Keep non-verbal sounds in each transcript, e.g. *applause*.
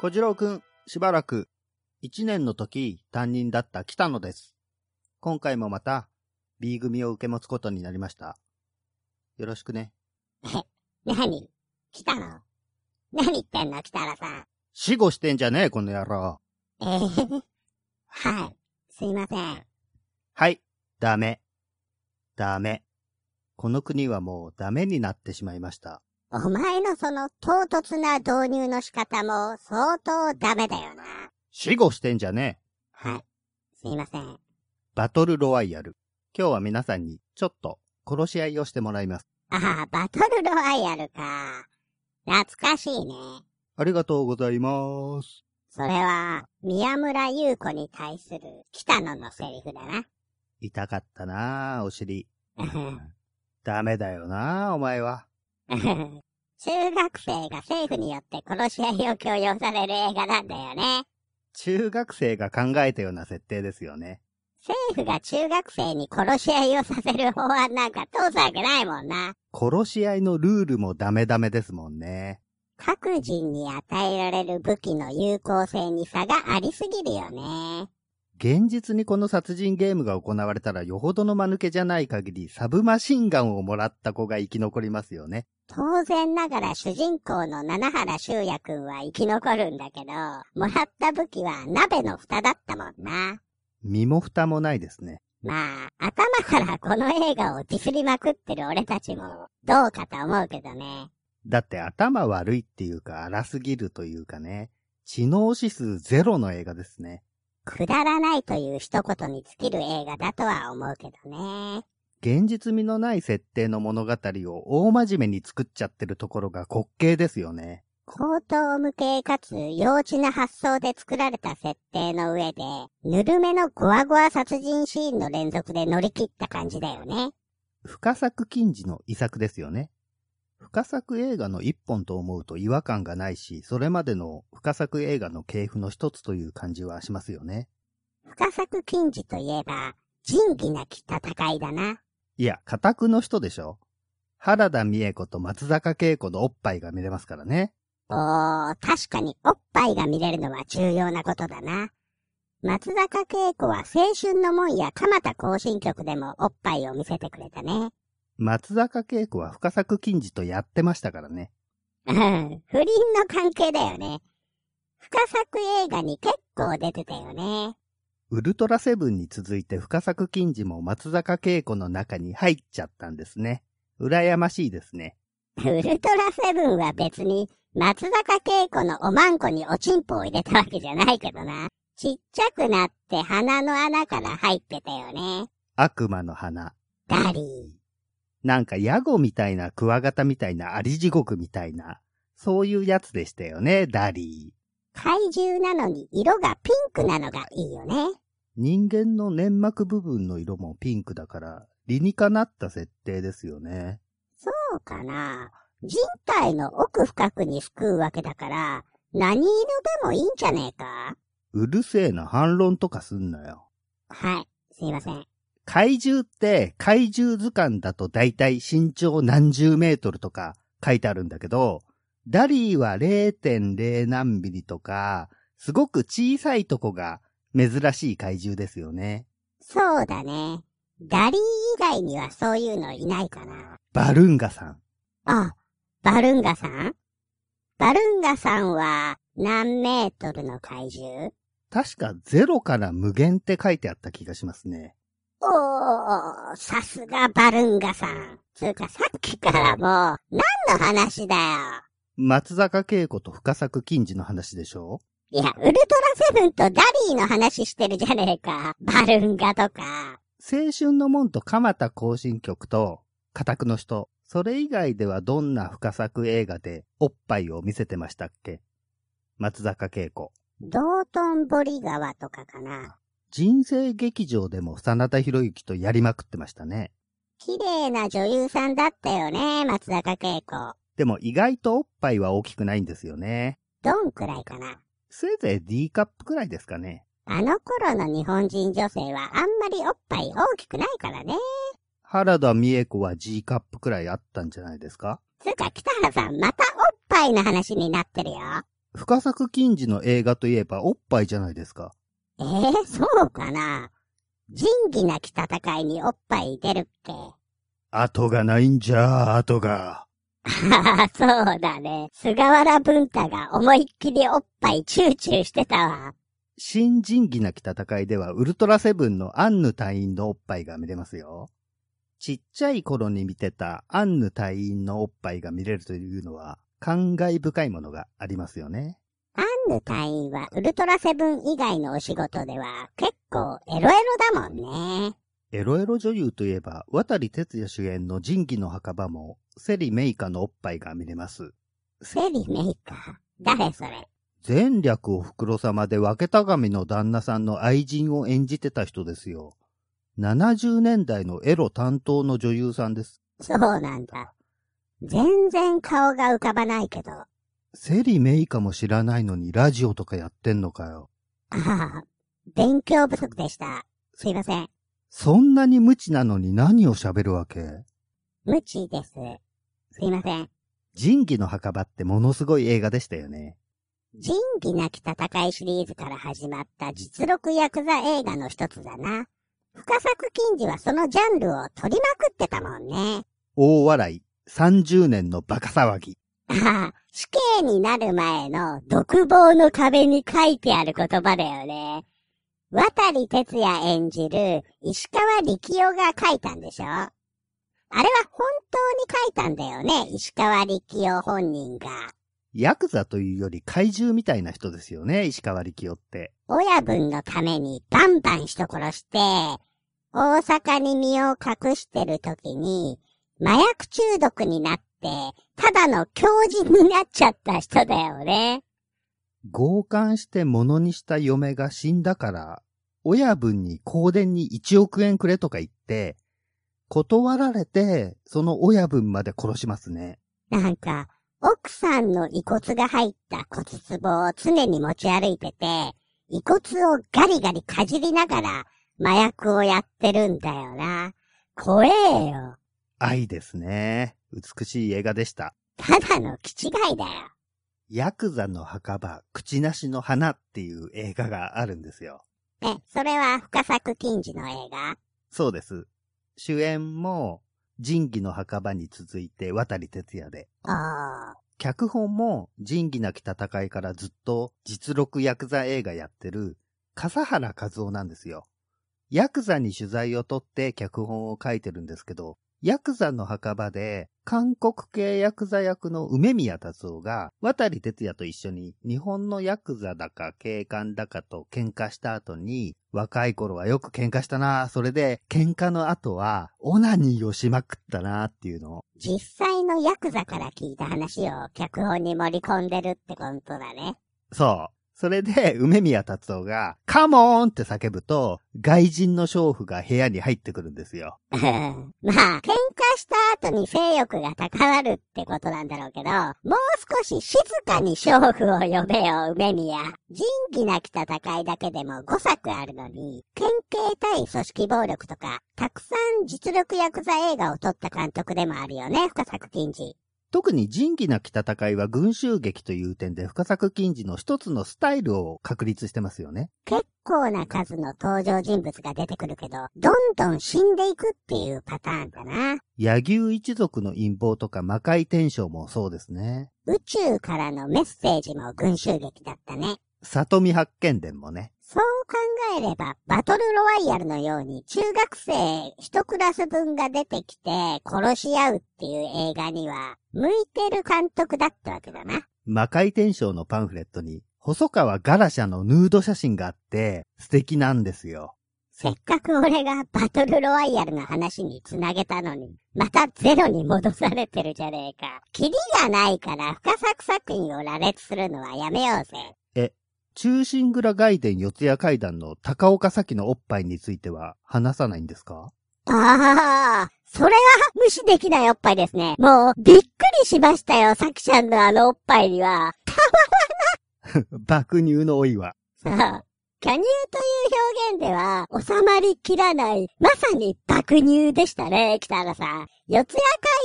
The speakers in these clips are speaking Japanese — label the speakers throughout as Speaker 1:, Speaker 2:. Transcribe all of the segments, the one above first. Speaker 1: 小次郎くん、しばらく、一年の時、担任だった北野です。今回もまた、B 組を受け持つことになりました。よろしくね。
Speaker 2: 何来たの何言ってんの北原さん。
Speaker 1: 死後してんじゃねえ、この野郎。
Speaker 2: えー、はい。すいません。
Speaker 1: はい、ダメ。ダメ。この国はもうダメになってしまいました。
Speaker 2: お前のその唐突な導入の仕方も相当ダメだよな。
Speaker 1: 死後してんじゃねえ。
Speaker 2: はい。すいません。
Speaker 1: バトルロワイヤル。今日は皆さんにちょっと殺し合いをしてもらいます。
Speaker 2: ああ、バトルロワイヤルか。懐かしいね。
Speaker 1: ありがとうございます。
Speaker 2: それは、宮村優子に対する北野のセリフだな。
Speaker 1: 痛かったなあ、お尻。ダメだよなあ、お前は。
Speaker 2: *laughs* 中学生が政府によって殺し合いを強要される映画なんだよね。
Speaker 1: 中学生が考えたような設定ですよね。
Speaker 2: 政府が中学生に殺し合いをさせる法案なんか通すわけないもんな。
Speaker 1: 殺し合いのルールもダメダメですもんね。
Speaker 2: 各人に与えられる武器の有効性に差がありすぎるよね。
Speaker 1: 現実にこの殺人ゲームが行われたらよほどの間抜けじゃない限りサブマシンガンをもらった子が生き残りますよね。
Speaker 2: 当然ながら主人公の七原修也くんは生き残るんだけど、もらった武器は鍋の蓋だったもんな。
Speaker 1: 身も蓋もないですね。
Speaker 2: まあ、頭からこの映画をディスりまくってる俺たちもどうかと思うけどね。
Speaker 1: だって頭悪いっていうか荒すぎるというかね。知能指数ゼロの映画ですね。
Speaker 2: くだらないという一言に尽きる映画だとは思うけどね。
Speaker 1: 現実味のない設定の物語を大真面目に作っちゃってるところが滑稽ですよね。
Speaker 2: 高等無形かつ幼稚な発想で作られた設定の上で、ぬるめのゴワゴワ殺人シーンの連続で乗り切った感じだよね。
Speaker 1: 深作禁止の遺作ですよね。深作映画の一本と思うと違和感がないし、それまでの深作映画の系譜の一つという感じはしますよね。
Speaker 2: 深作禁止といえば、仁義なき戦いだな。
Speaker 1: いや、家宅の人でしょ。原田美恵子と松坂慶子のおっぱいが見れますからね。
Speaker 2: おー、確かにおっぱいが見れるのは重要なことだな。松坂慶子は青春の門や蒲田行進曲でもおっぱいを見せてくれたね。
Speaker 1: 松坂慶子は深作禁止とやってましたからね。
Speaker 2: うん、不倫の関係だよね。深作映画に結構出てたよね。
Speaker 1: ウルトラセブンに続いて深作金次も松坂慶子の中に入っちゃったんですね。羨ましいですね。
Speaker 2: ウルトラセブンは別に松坂慶子のおまんこにおちんぽを入れたわけじゃないけどな。ちっちゃくなって鼻の穴から入ってたよね。
Speaker 1: 悪魔の花。
Speaker 2: ダリ
Speaker 1: なんかヤゴみたいなクワガタみたいなアリ地獄みたいな、そういうやつでしたよね、ダリー。
Speaker 2: ー。怪獣なのに色がピンクなのがいいよね。
Speaker 1: 人間の粘膜部分の色もピンクだから、理にかなった設定ですよね。
Speaker 2: そうかな。人体の奥深くに救うわけだから、何色でもいいんじゃねえか
Speaker 1: うるせえな反論とかすんなよ。
Speaker 2: はい、すいません。
Speaker 1: 怪獣って怪獣図鑑だとだいたい身長何十メートルとか書いてあるんだけど、ダリーは0.0何ミリとか、すごく小さいとこが珍しい怪獣ですよね。
Speaker 2: そうだね。ダリー以外にはそういうのいないかな。
Speaker 1: バルンガさん。
Speaker 2: あ、バルンガさんバルンガさんは何メートルの怪獣
Speaker 1: 確か0から無限って書いてあった気がしますね。
Speaker 2: おー、さすがバルンガさん。つうかさっきからもう何の話だよ。
Speaker 1: 松坂慶子と深作金次の話でしょ
Speaker 2: いや、ウルトラセブンとダリーの話してるじゃねえか。バルンガとか。
Speaker 1: 青春の門と蒲田行進曲と、家宅の人、それ以外ではどんな深作映画でおっぱいを見せてましたっけ松坂慶子。
Speaker 2: 道頓堀川とかかな。
Speaker 1: 人生劇場でも真田広之とやりまくってましたね。
Speaker 2: 綺麗な女優さんだったよね、松坂慶子。
Speaker 1: でも意外とおっぱいは大きくないんですよね。
Speaker 2: どんくらいかな。
Speaker 1: せいぜい D カップくらいですかね。
Speaker 2: あの頃の日本人女性はあんまりおっぱい大きくないからね。
Speaker 1: 原田美恵子は G カップくらいあったんじゃないですか
Speaker 2: つうか北原さんまたおっぱいの話になってるよ。
Speaker 1: 深作金次の映画といえばおっぱいじゃないですか。
Speaker 2: えー、そうかな仁義なき戦いにおっぱい出るっけ
Speaker 1: 後がないんじゃ、後が。
Speaker 2: ああ、そうだね。菅原文太が思いっきりおっぱいチューチューしてたわ。
Speaker 1: 新仁義なき戦いではウルトラセブンのアンヌ隊員のおっぱいが見れますよ。ちっちゃい頃に見てたアンヌ隊員のおっぱいが見れるというのは感慨深いものがありますよね。
Speaker 2: アンヌ隊員はウルトラセブン以外のお仕事では結構エロエロだもんね。
Speaker 1: エロエロ女優といえば渡哲也主演の仁義の墓場もセリメイカのおっぱいが見れます。
Speaker 2: セリメイカ。誰それ。
Speaker 1: 前略お袋様で分けた神の旦那さんの愛人を演じてた人ですよ。70年代のエロ担当の女優さんです。
Speaker 2: そうなんだ。全然顔が浮かばないけど。あ
Speaker 1: セリメイカも知らないのにラジオとかやってんのかよ。
Speaker 2: あ、 *laughs* 勉強不足でした。すいません。
Speaker 1: そんなに無知なのに何を喋るわけ
Speaker 2: 無知です。すいません。
Speaker 1: 仁義の墓場ってものすごい映画でしたよね。
Speaker 2: 仁義なき戦いシリーズから始まった実録ヤクザ映画の一つだな。深作金次はそのジャンルを取りまくってたもんね。
Speaker 1: 大笑い、30年のバカ騒ぎ。
Speaker 2: ああ、 *laughs* 死刑になる前の独房の壁に書いてある言葉だよね。渡哲也演じる石川力夫が書いたんでしょあれは本当に書いたんだよね、石川力夫本人が。
Speaker 1: ヤクザというより怪獣みたいな人ですよね、石川力夫って。
Speaker 2: 親分のためにバンバン人殺して、大阪に身を隠してる時に、麻薬中毒になって、ただの狂人になっちゃった人だよね。
Speaker 1: 強姦して物にした嫁が死んだから、親分に香典に1億円くれとか言って、断られて、その親分まで殺しますね。
Speaker 2: なんか、奥さんの遺骨が入った骨壺を常に持ち歩いてて、遺骨をガリガリかじりながら麻薬をやってるんだよな。怖えよ。
Speaker 1: 愛ですね。美しい映画でした。
Speaker 2: ただの気違いだよ。
Speaker 1: ヤクザの墓場、口なしの花っていう映画があるんですよ。
Speaker 2: え、それは深作金次の映画
Speaker 1: そうです。主演も、仁義の墓場に続いて渡哲也で、
Speaker 2: ああ、
Speaker 1: 脚本も仁義なき戦いからずっと実録ヤクザ映画やってる笠原和夫なんですよ。ヤクザに取材を取って脚本を書いてるんですけど、ヤクザの墓場で韓国系ヤクザ役の梅宮達夫が渡哲也と一緒に日本のヤクザだか警官だかと喧嘩した後に若い頃はよく喧嘩したなそれで喧嘩の後はオナニーをしまくったなっていうのを
Speaker 2: 実際のヤクザから聞いた話を脚本に盛り込んでるってことだね。
Speaker 1: そう。それで、 *laughs* 梅宮達夫が、カモーンって叫ぶと、外人の娼婦が部屋に入ってくるんですよ。
Speaker 2: うん *laughs* まあ、喧嘩した後に性欲が高まるってことなんだろうけど、もう少し静かに勝負を呼べよ、梅宮。仁義なき戦いだけでも5作あるのに、県警対組織暴力とか、たくさん実力ヤクザ映画を撮った監督でもあるよね、深作金次。
Speaker 1: 特に仁義なき戦いは群衆劇という点で、深作金次の一つのスタイルを確立してますよね。
Speaker 2: 結構な数の登場人物が出てくるけど、どんどん死んでいくっていうパターンだな。
Speaker 1: 柳生一族の陰謀とか魔界転生もそうですね。
Speaker 2: 宇宙からのメッセージも群衆劇だったね。
Speaker 1: 里見八犬伝もね。
Speaker 2: そう考えれば、バトルロワイヤルのように中学生一クラス分が出てきて殺し合うっていう映画には、向いてる監督だったわけだな。
Speaker 1: 魔界転生のパンフレットに、細川ガラシャのヌード写真があって、素敵なんですよ。
Speaker 2: せっかく俺がバトルロワイヤルの話に繋げたのに、またゼロに戻されてるじゃねえか。キリがないから深作作品を羅列するのはやめようぜ。
Speaker 1: 中心蔵外伝四谷階段の高岡咲のおっぱいについては話さないんですか *laughs*
Speaker 2: ああ、それは無視できないおっぱいですね。もう、びっくりしましたよ、さきちゃんのあのおっぱいには。
Speaker 1: 爆乳の老いは。
Speaker 2: そう。 *laughs* 巨乳という表現では収まりきらない、まさに爆乳でしたね、北原さん。四谷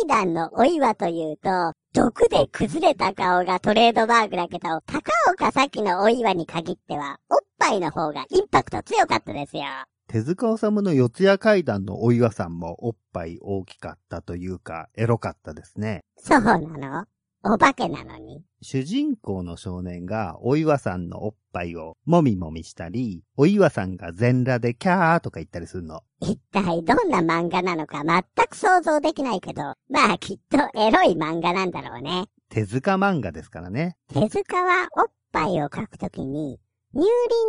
Speaker 2: 階段のお岩というと、毒で崩れた顔がトレードマークだけど、高岡咲のお岩に限っては、おっぱいの方がインパクト強かったですよ。
Speaker 1: 手塚治虫の四谷階段のお岩さんもおっぱい大きかったというか、エロかったですね。
Speaker 2: そうなのお化けなのに。
Speaker 1: 主人公の少年がお岩さんのおっぱいをもみもみしたり、お岩さんが全裸でキャーとか言ったりするの。
Speaker 2: 一体どんな漫画なのか全く想像できないけど、まあきっとエロい漫画なんだろうね。
Speaker 1: 手塚漫画ですからね。
Speaker 2: 手塚はおっぱいを描くときに、乳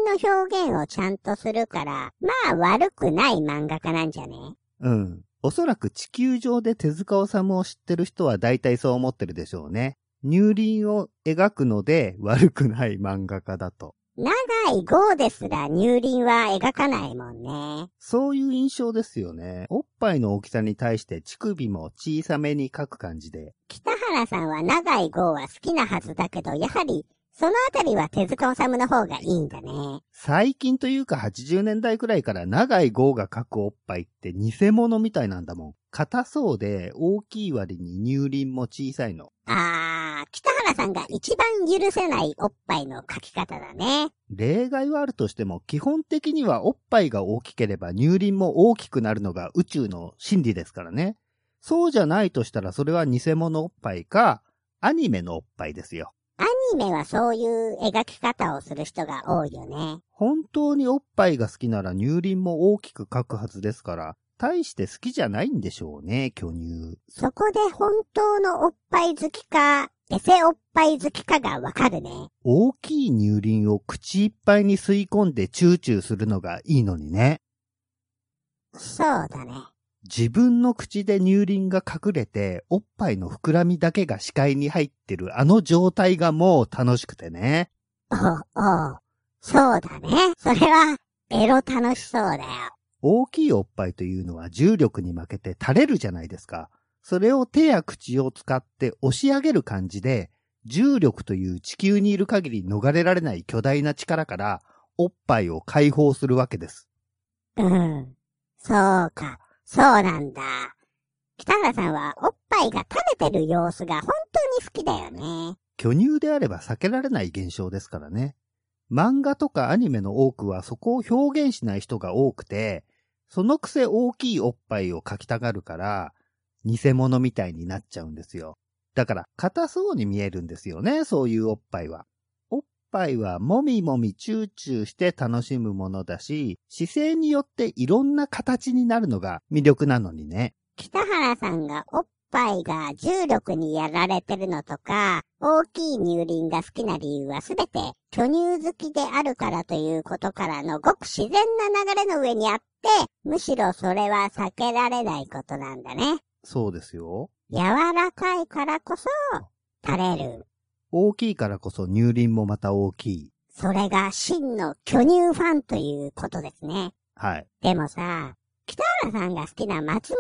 Speaker 2: 輪の表現をちゃんとするから、まあ悪くない漫画家なんじゃね
Speaker 1: うん。おそらく地球上で手塚治虫を知ってる人は大体そう思ってるでしょうね。乳輪を描くので悪くない漫画家だと。
Speaker 2: 長い号ですら乳輪は描かないもんね。
Speaker 1: そういう印象ですよね。おっぱいの大きさに対して乳首も小さめに描く感じで。
Speaker 2: 北原さんは長い号は好きなはずだけど、やはり、そのあたりは手塚治虫の方がいいんだね。
Speaker 1: 最近というか80年代くらいから長い号が描くおっぱいって偽物みたいなんだもん。硬そうで大きい割に乳輪も小さいの。
Speaker 2: あー、北原さんが一番許せないおっぱいの描き方だね。
Speaker 1: 例外はあるとしても、基本的にはおっぱいが大きければ乳輪も大きくなるのが宇宙の真理ですからね。そうじゃないとしたらそれは偽物おっぱいか、アニメのおっぱいですよ。
Speaker 2: アニメはそういう描き方をする人が多いよね。
Speaker 1: 本当におっぱいが好きなら乳輪も大きく書くはずですから、大して好きじゃないんでしょうね、巨乳。
Speaker 2: そこで本当のおっぱい好きか、エセおっぱい好きかがわかるね。
Speaker 1: 大きい乳輪を口いっぱいに吸い込んでチューチューするのがいいのにね。
Speaker 2: そうだね。
Speaker 1: 自分の口で乳輪が隠れて、おっぱいの膨らみだけが視界に入ってるあの状態がもう楽しくてね。
Speaker 2: おうおう。そうだね。それは、エロ楽しそうだよ。
Speaker 1: 大きいおっぱいというのは重力に負けて垂れるじゃないですか。それを手や口を使って押し上げる感じで、重力という地球にいる限り逃れられない巨大な力から、おっぱいを解放するわけです。
Speaker 2: うん。そうか。そうなんだ。北原さんは、おっぱいが食べてる様子が本当に好きだよね。
Speaker 1: 巨乳であれば避けられない現象ですからね。漫画とかアニメの多くはそこを表現しない人が多くて、そのくせ大きいおっぱいを描きたがるから、偽物みたいになっちゃうんですよ。だから、硬そうに見えるんですよね、そういうおっぱいは。おっぱいはもみもみチューチューして楽しむものだし、姿勢によっていろんな形になるのが魅力なのにね。
Speaker 2: 北原さんがおっぱいが重力にやられてるのとか、大きい乳輪が好きな理由はすべて巨乳好きであるからということからのごく自然な流れの上にあって、むしろそれは避けられないことなんだね。
Speaker 1: そうですよ。
Speaker 2: 柔らかいからこそ、垂れる。
Speaker 1: 大きいからこそ乳輪もまた大きい。
Speaker 2: それが真の巨乳ファンということですね。
Speaker 1: はい。
Speaker 2: でもさ、北原さんが好きな松本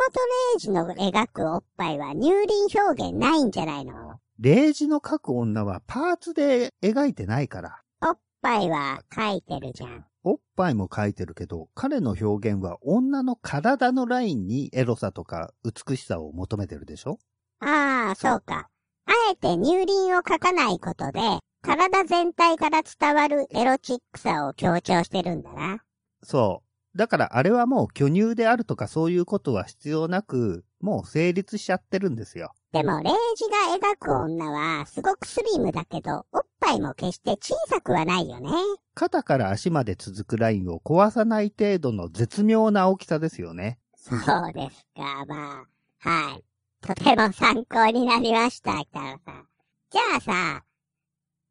Speaker 2: 零士の描くおっぱいは乳輪表現ないんじゃないの
Speaker 1: レイジの描く女はパーツで描いてないから。
Speaker 2: おっぱいは書いてるじゃん。
Speaker 1: おっぱいも描いてるけど、彼の表現は女の体のラインにエロさとか美しさを求めてるでしょ
Speaker 2: ああ、そうか。あえて乳輪を書かないことで、体全体から伝わるエロチックさを強調してるんだな。
Speaker 1: そう。だからあれはもう巨乳であるとかそういうことは必要なく、もう成立しちゃってるんですよ。
Speaker 2: でも、レイジが描く女は、すごくスリムだけど、おっぱいも決して小さくはないよね。
Speaker 1: 肩から足まで続くラインを壊さない程度の絶妙な大きさですよね。
Speaker 2: そうですか、まあ。はい。とても参考になりました、北原さん。じゃあさ、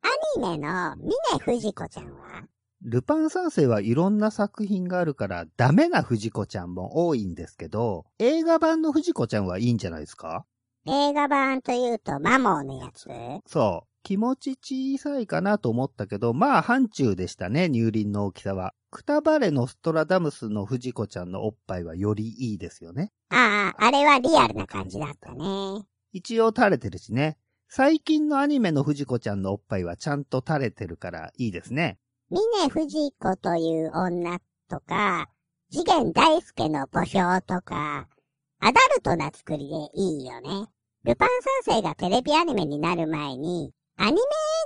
Speaker 2: アニメの峰藤子ちゃんは
Speaker 1: ルパン三世はいろんな作品があるから、ダメな藤子ちゃんも多いんですけど、映画版の藤子ちゃんはいいんじゃないですか
Speaker 2: 映画版というとマモーのやつ
Speaker 1: そう。気持ち小さいかなと思ったけど、まあ、範疇でしたね、乳輪の大きさは。くたばれのストラダムスの藤子ちゃんのおっぱいはよりいいですよね。
Speaker 2: ああ、あれはリアルな感じだったね。
Speaker 1: 一応垂れてるしね。最近のアニメの藤子ちゃんのおっぱいはちゃんと垂れてるからいいですね。
Speaker 2: 峰不二子という女とか、次元大介の墓標とか、アダルトな作りでいいよね。ルパン三世がテレビアニメになる前に、アニメ映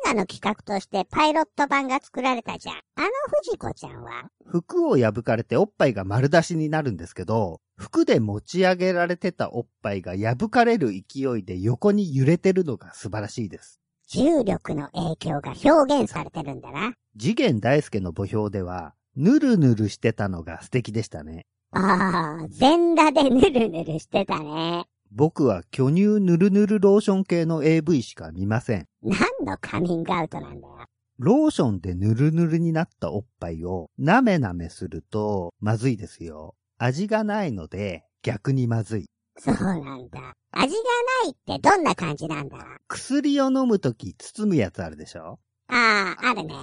Speaker 2: 画の企画としてパイロット版が作られたじゃん。あの藤子ちゃんは
Speaker 1: 服を破かれておっぱいが丸出しになるんですけど、服で持ち上げられてたおっぱいが破かれる勢いで横に揺れてるのが素晴らしいです。
Speaker 2: 重力の影響が表現されてるんだな。
Speaker 1: 次元大介の墓標では、ぬるぬるしてたのが素敵でしたね。
Speaker 2: ああ、全裸でぬるぬるしてたね。
Speaker 1: 僕は巨乳ぬるぬるローション系の AV しか見ません。
Speaker 2: 何のカミングアウトなんだよ。
Speaker 1: ローションでぬるぬるになったおっぱいをなめなめするとまずいですよ。味がないので逆にまずい。
Speaker 2: そうなんだ。味がないってどんな感じなんだ
Speaker 1: 薬を飲むとき包むやつあるでしょ
Speaker 2: ああ、あるね。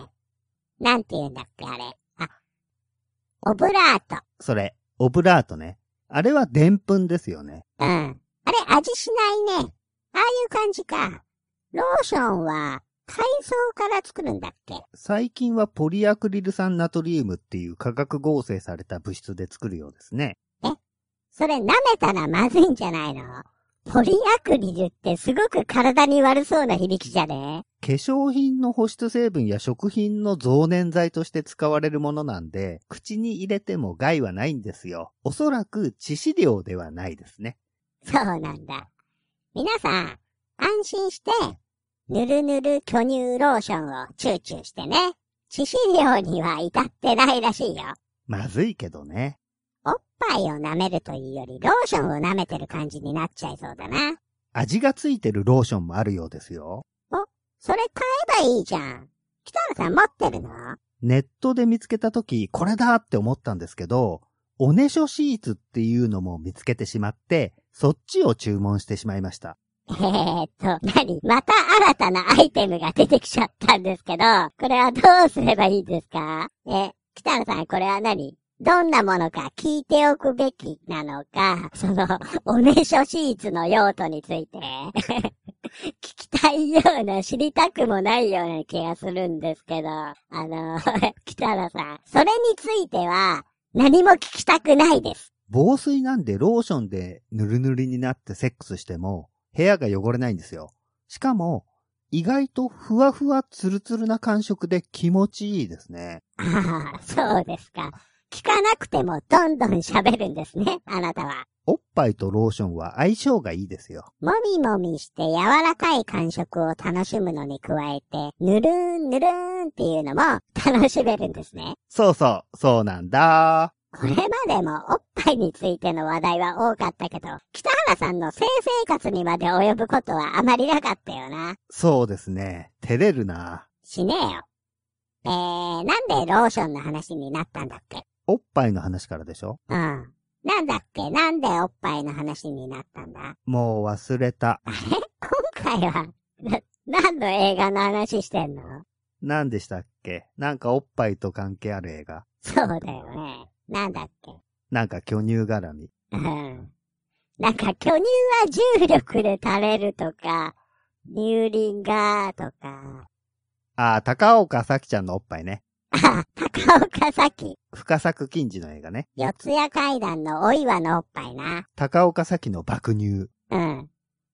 Speaker 2: なんて言うんだっけ、あれ。あ、オブラート。
Speaker 1: それ、オブラートね。あれはでんぷんですよね。
Speaker 2: うん。あれ、味しないね。ああいう感じか。ローションは、海藻から作るんだっけ
Speaker 1: 最近はポリアクリル酸ナトリウムっていう化学合成された物質で作るようですね。
Speaker 2: それ舐めたらまずいんじゃないのポリアクリルってすごく体に悪そうな響きじゃね
Speaker 1: 化粧品の保湿成分や食品の増粘剤として使われるものなんで、口に入れても害はないんですよ。おそらく致死量ではないですね。
Speaker 2: そうなんだ。皆さん、安心して、ぬるぬる巨乳ローションをチューチューしてね。致死量には至ってないらしいよ。
Speaker 1: まずいけどね。
Speaker 2: おっぱいを舐めるというより、ローションを舐めてる感じになっちゃいそうだな。
Speaker 1: 味がついてるローションもあるようですよ。
Speaker 2: それ買えばいいじゃん。北原さん持ってるの
Speaker 1: ネットで見つけた時、これだって思ったんですけど、おねしょシーツっていうのも見つけてしまって、そっちを注文してしまいました。
Speaker 2: えーっと、何また新たなアイテムが出てきちゃったんですけど、これはどうすればいいんですかえ、北原さん、これは何どんなものか聞いておくべきなのか、その、おねしょシーツの用途について、 *laughs* 聞きたいような、知りたくもないような気がするんですけど、あの、北原さん、それについては、何も聞きたくないです。
Speaker 1: 防水なんでローションでぬるぬるになってセックスしても部屋が汚れないんですよ。しかも意外とふわふわツルツルな感触で気持ちいいですね。
Speaker 2: ああ、 *laughs* そうですか。聞かなくてもどんどん喋るんですね、あなたは。
Speaker 1: おっぱいとローションは相性がいいですよ。
Speaker 2: もみもみして柔らかい感触を楽しむのに加えて、ぬるーんぬるーんっていうのも *laughs* 楽しめるんですね。
Speaker 1: そうそう、そうなんだ。
Speaker 2: これまでもおっぱいについての話題は多かったけど、北原さんの性生活にまで及ぶことはあまりなかったよな。
Speaker 1: そうですね。照れるな。
Speaker 2: しねえよ。えー、なんでローションの話になったんだっけ
Speaker 1: おっぱいの話からでしょ
Speaker 2: うん。なんだっけなんでおっぱいの話になったんだ
Speaker 1: もう忘れた。
Speaker 2: 今回は、な、何の映画の話してんの
Speaker 1: 何でしたっけなんかおっぱいと関係ある映画。
Speaker 2: そうだよね。なんだっけ
Speaker 1: なんか巨乳絡み。
Speaker 2: うん。なんか巨乳は重力で垂れるとか、乳輪がとか、
Speaker 1: あー、高岡咲ちゃんのおっぱいね。
Speaker 2: あ、高岡咲、
Speaker 1: 深作金次の映画ね。
Speaker 2: 四谷階段のお岩のおっぱいな。
Speaker 1: 高岡咲の爆乳。
Speaker 2: うん。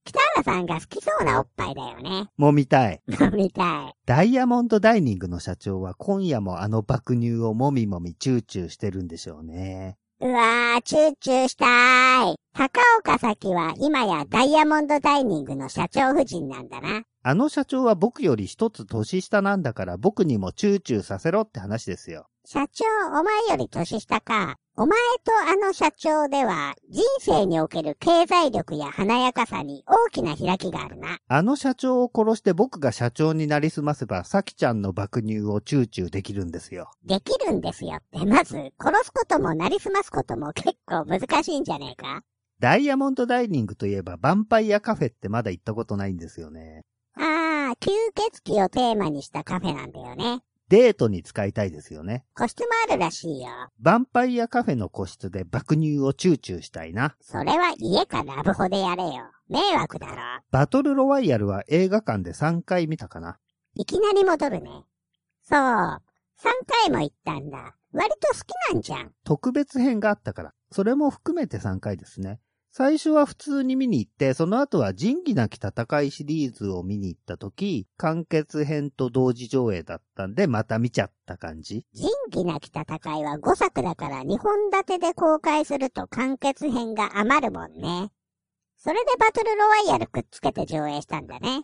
Speaker 2: 北原さんが好きそうなおっぱいだよね。
Speaker 1: もみたい。
Speaker 2: 飲みたい。
Speaker 1: ダイヤモンドダイニングの社長は今夜もあの爆乳をもみもみチューチューしてるんでしょうね。
Speaker 2: うわー、チューチューしたーい。高岡咲は今やダイヤモンドダイニングの社長夫人なんだな。
Speaker 1: あの社長は僕より一つ年下なんだから僕にもチューチューさせろって話ですよ。
Speaker 2: 社長、お前より年下か。お前とあの社長では、人生における経済力や華やかさに大きな開きがあるな。
Speaker 1: あの社長を殺して僕が社長になりすませば咲ちゃんの爆乳をチューチューできるんですよ。
Speaker 2: できるんですよって、まず、殺すこともなりすますことも結構難しいんじゃねえか
Speaker 1: ダイヤモンドダイニングといえばヴァンパイアカフェってまだ行ったことないんですよね。
Speaker 2: あー、吸血鬼をテーマにしたカフェなんだよね。
Speaker 1: デートに使いたいですよね。
Speaker 2: 個室もあるらしいよ。
Speaker 1: ヴァンパイアカフェの個室で爆乳をチューチューしたいな。
Speaker 2: それは家かラブホでやれよ。迷惑だろ。
Speaker 1: バトルロワイヤルは映画館で3回見たかな。
Speaker 2: いきなり戻るね。そう。 3回も行ったんだ。割と好きなんじゃん。
Speaker 1: 特別編があったから、それも含めて3回ですね。最初は普通に見に行って、その後は仁義なき戦いシリーズを見に行った時、完結編と同時上映だったんで、また見ちゃった感じ。
Speaker 2: 仁義なき戦いは5作だから2本立てで公開すると完結編が余るもんね。それでバトルロワイヤルくっつけて上映したんだね。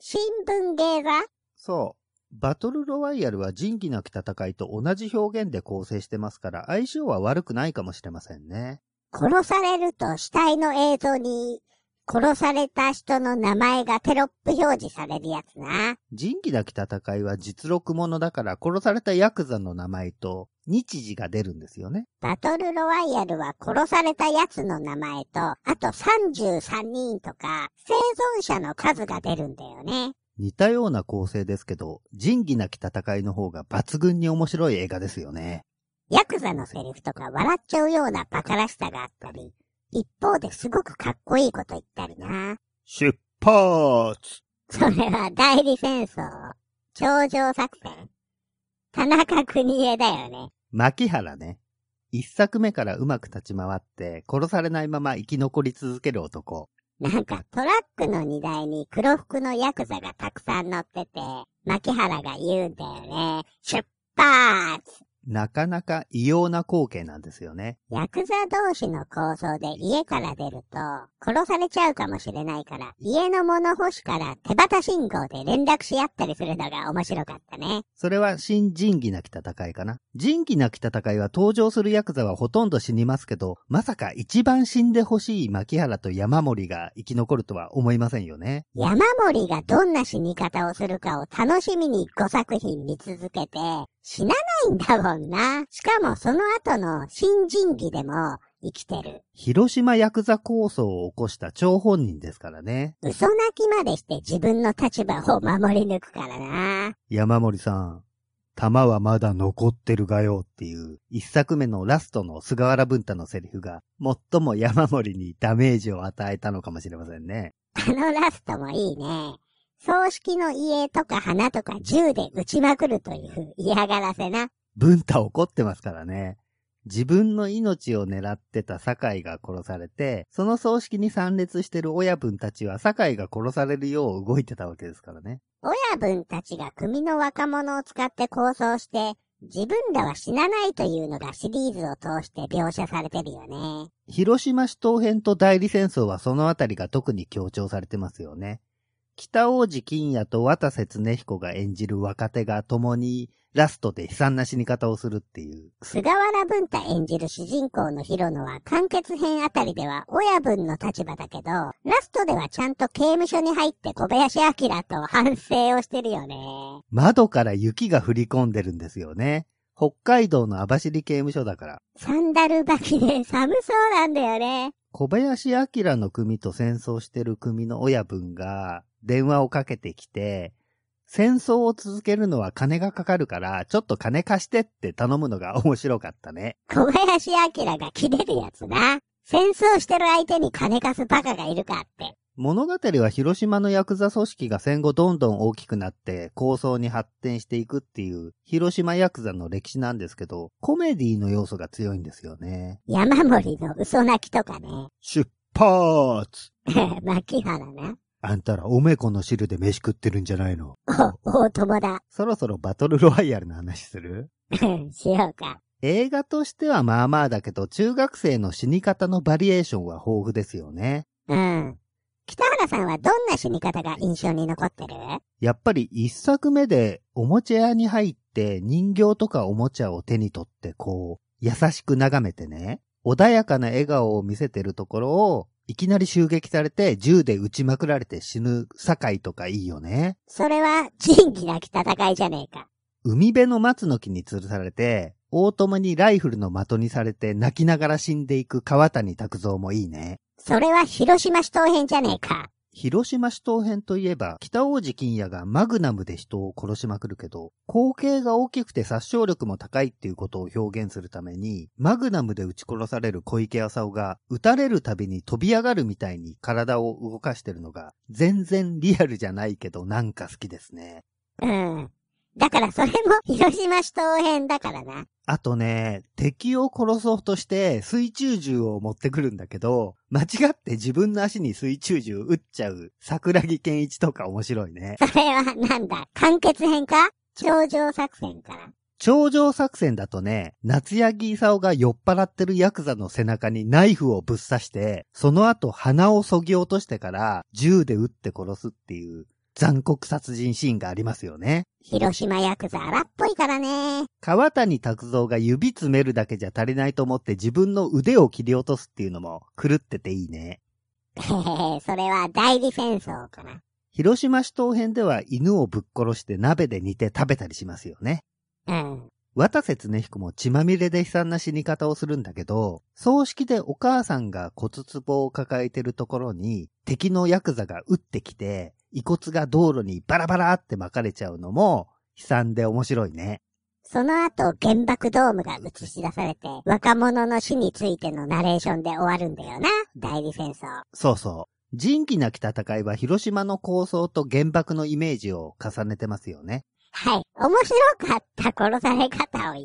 Speaker 2: 新聞芸が
Speaker 1: そう。バトルロワイヤルは仁義なき戦いと同じ表現で構成してますから、相性は悪くないかもしれませんね。
Speaker 2: 殺されると死体の映像に殺された人の名前がテロップ表示されるやつな。
Speaker 1: 仁義なき戦いは実録ものだから、殺されたヤクザの名前と日時が出るんですよね。
Speaker 2: バトルロワイヤルは殺された奴の名前と、あと33人とか、生存者の数が出るんだよね。
Speaker 1: 似たような構成ですけど、仁義なき戦いの方が抜群に面白い映画ですよね。
Speaker 2: ヤクザのセリフとか笑っちゃうようなバカらしさがあったり、一方ですごくかっこいいこと言ったりな。
Speaker 1: 出発
Speaker 2: それは代理戦争、頂上作戦。田中邦衛だよね。
Speaker 1: 牧原ね。一作目からうまく立ち回って、殺されないまま生き残り続ける男。
Speaker 2: なんかトラックの荷台に黒服のヤクザがたくさん乗ってて、牧原が言うんだよね。出発
Speaker 1: なかなか異様な光景なんですよね。
Speaker 2: ヤクザ同士の抗争で家から出ると、殺されちゃうかもしれないから、家の物干しから手旗信号で連絡し合ったりするのが面白かったね。
Speaker 1: それは新仁義なき戦いかな。仁義なき戦いは登場するヤクザはほとんど死にますけど、まさか一番死んでほしい牧原と山森が生き残るとは思いませんよね。
Speaker 2: 山森がどんな死に方をするかを楽しみに5作品見続けて、死なないんだもんな。しかもその後の新人義でも生きてる。
Speaker 1: 広島ヤクザ抗争を起こした張本人ですからね。
Speaker 2: 嘘泣きまでして自分の立場を守り抜くからな。
Speaker 1: 山森さん、弾はまだ残ってるがよっていう、一作目のラストの菅原文太のセリフが、最も山森にダメージを与えたのかもしれませんね。
Speaker 2: あのラストもいいね。葬式の家とか花とか銃で撃ちまくるという嫌がらせな。
Speaker 1: 文太怒ってますからね。自分の命を狙ってた酒井が殺されて、その葬式に参列してる親分たちは酒井が殺されるよう動いてたわけですからね。
Speaker 2: 親分たちが組の若者を使って構想して、自分らは死なないというのがシリーズを通して描写されてるよね。
Speaker 1: 広島市東編と代理戦争はそのあたりが特に強調されてますよね。北王子金也と渡瀬恒彦が演じる若手が共にラストで悲惨な死に方をするっていう。
Speaker 2: 菅原文太演じる主人公のヒロノは完結編あたりでは親分の立場だけど、ラストではちゃんと刑務所に入って小林明と反省をしてるよね。
Speaker 1: 窓から雪が降り込んでるんですよね。北海道の網走刑務所だから。
Speaker 2: サンダル履きで寒そうなんだよね。
Speaker 1: 小林明の組と戦争してる組の親分が電話をかけてきて、戦争を続けるのは金がかかるから、ちょっと金貸してって頼むのが面白かったね。
Speaker 2: 小林明が切れるやつな。戦争してる相手に金貸すバカがいるかって。
Speaker 1: 物語は広島のヤクザ組織が戦後どんどん大きくなって構想に発展していくっていう広島ヤクザの歴史なんですけど、コメディの要素が強いんですよね。
Speaker 2: 山森の嘘泣きとかね。 *laughs*
Speaker 1: 出発
Speaker 2: 牧原な。
Speaker 1: あんたらおめこの汁で飯食ってるんじゃないの
Speaker 2: お、大友だ。 *laughs*
Speaker 1: そろそろバトルロワイヤルの話する
Speaker 2: しようか。
Speaker 1: 映画としてはまあまあだけど、中学生の死に方のバリエーションは豊富ですよね。
Speaker 2: うん。北原さんはどんな死に方が印象に残ってる
Speaker 1: やっぱり一作目でおもちゃ屋に入って人形とかおもちゃを手に取ってこう優しく眺めてね、穏やかな笑顔を見せてるところをいきなり襲撃されて銃で撃ちまくられて死ぬ堺とかいいよね。
Speaker 2: それは、仁義なき戦いじゃねえか。
Speaker 1: 海辺の松の木に吊るされて、大友にライフルの的にされて泣きながら死んでいく川谷拓三もいいね。
Speaker 2: それは広島市東編じゃねえか。
Speaker 1: 広島市東編といえば、北王子金也がマグナムで人を殺しまくるけど、口径が大きくて殺傷力も高いっていうことを表現するために、マグナムで撃ち殺される小池浅尾が、撃たれるたびに飛び上がるみたいに体を動かしてるのが、全然リアルじゃないけどなんか好きですね。
Speaker 2: うん。だからそれも *laughs* 広島市東編だからな。
Speaker 1: あとね、敵を殺そうとして水中銃を持ってくるんだけど、間違って自分の足に水中銃撃っちゃう桜木健一とか面白いね。
Speaker 2: それはなんだ、完結編か頂上作戦から。
Speaker 1: 頂上作戦だとね、夏柳勲が酔っ払ってるヤクザの背中にナイフをぶっ刺して、その後鼻をそぎ落としてから銃で撃って殺すっていう残酷殺人シーンがありますよね。
Speaker 2: 広島ヤクザ荒っぽいからね。 *laughs*
Speaker 1: 川谷拓三が指詰めるだけじゃ足りないと思って自分の腕を切り落とすっていうのも狂ってていいね。
Speaker 2: へへへ、それは代理戦争かな。
Speaker 1: 広島市東編では犬をぶっ殺して鍋で煮て食べたりしますよね。
Speaker 2: うん。
Speaker 1: 渡瀬恒彦も血まみれで悲惨な死に方をするんだけど、葬式でお母さんが骨壺を抱えてるところに敵のヤクザが撃ってきて、遺骨が道路にバラバラって巻かれちゃうのも悲惨で面白いね。
Speaker 2: その後、原爆ドームが映し出されて、若者の死についてのナレーションで終わるんだよな。代理戦争。
Speaker 1: そうそう。仁義なき戦いは広島の構想と原爆のイメージを重ねてますよね。
Speaker 2: はい。面白かった殺され方を言っ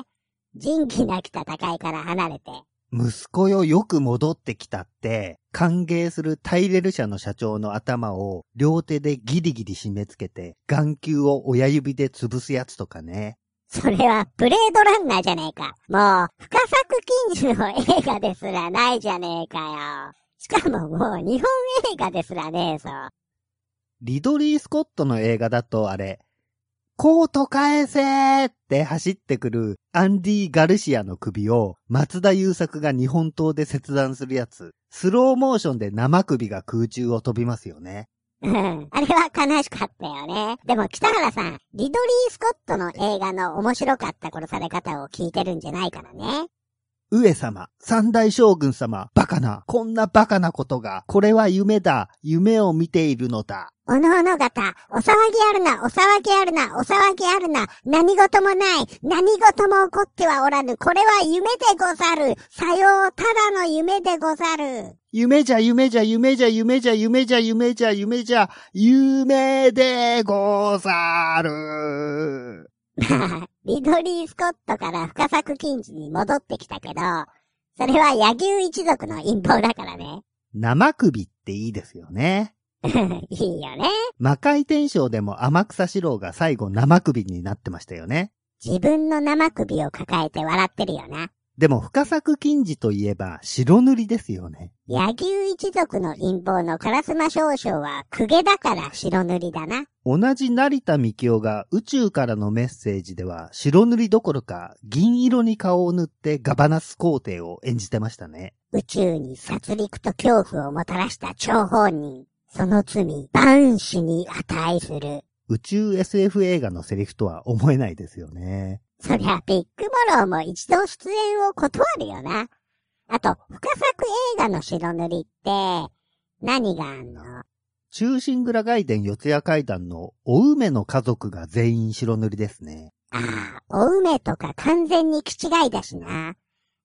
Speaker 2: て、仁義なき戦いから離れて、
Speaker 1: 息子よよく戻ってきたって、歓迎するタイレル社の社長の頭を両手でギリギリ締め付けて、眼球を親指で潰すやつとかね。
Speaker 2: それはブレードランナーじゃねえか。もう、深作禁止の映画ですらないじゃねえかよ。しかももう日本映画ですらねえぞ。
Speaker 1: リドリー・スコットの映画だとあれ、コート返せーって走ってくるアンディ・ガルシアの首を松田優作が日本刀で切断するやつ、スローモーションで生首が空中を飛びますよね。
Speaker 2: うん。あれは悲しかったよね。でも北原さん、リドリー・スコットの映画の面白かった殺され方を聞いてるんじゃないからね。
Speaker 1: 上様、三大将軍様、バカな、こんなバカなことが、これは夢だ、夢を見ているのだ。
Speaker 2: おのおの方、お騒ぎあるな、お騒ぎあるな、お騒ぎあるな、何事もない、何事も起こってはおらぬ、これは夢でござる、さよう、ただの夢でござる。 *laughs*
Speaker 1: 夢じゃ夢じゃ夢じゃ夢じゃ夢じゃ夢じゃ夢じゃ、夢でござる。
Speaker 2: まあ、リドリー・スコットから深作禁止に戻ってきたけど、それは野球一族の陰謀だからね。 *laughs*
Speaker 1: 生首っていいですよね。
Speaker 2: いいよね。
Speaker 1: 魔界転生でも天草四郎が最後生首になってましたよね。
Speaker 2: 自分の生首を抱えて笑ってるよな。
Speaker 1: でも深作金次といえば白塗りですよね。
Speaker 2: 野球一族の陰謀のカラスマ少将は公家だから白塗りだな。
Speaker 1: 同じ成田幹夫が宇宙からのメッセージでは白塗りどころか銀色に顔を塗ってガバナス皇帝を演じてましたね。
Speaker 2: 宇宙に殺戮と恐怖をもたらした張本人。その罪、万死に値する。
Speaker 1: 宇宙 SF 映画のセリフとは思えないですよね。
Speaker 2: そりゃ、ビッグモローも一度出演を断るよな。あと、深作映画の白塗りって、何があんの
Speaker 1: 中心蔵外伝四谷階段のお梅の家族が全員白塗りですね。
Speaker 2: ああ、お梅とか完全に気違いだしな。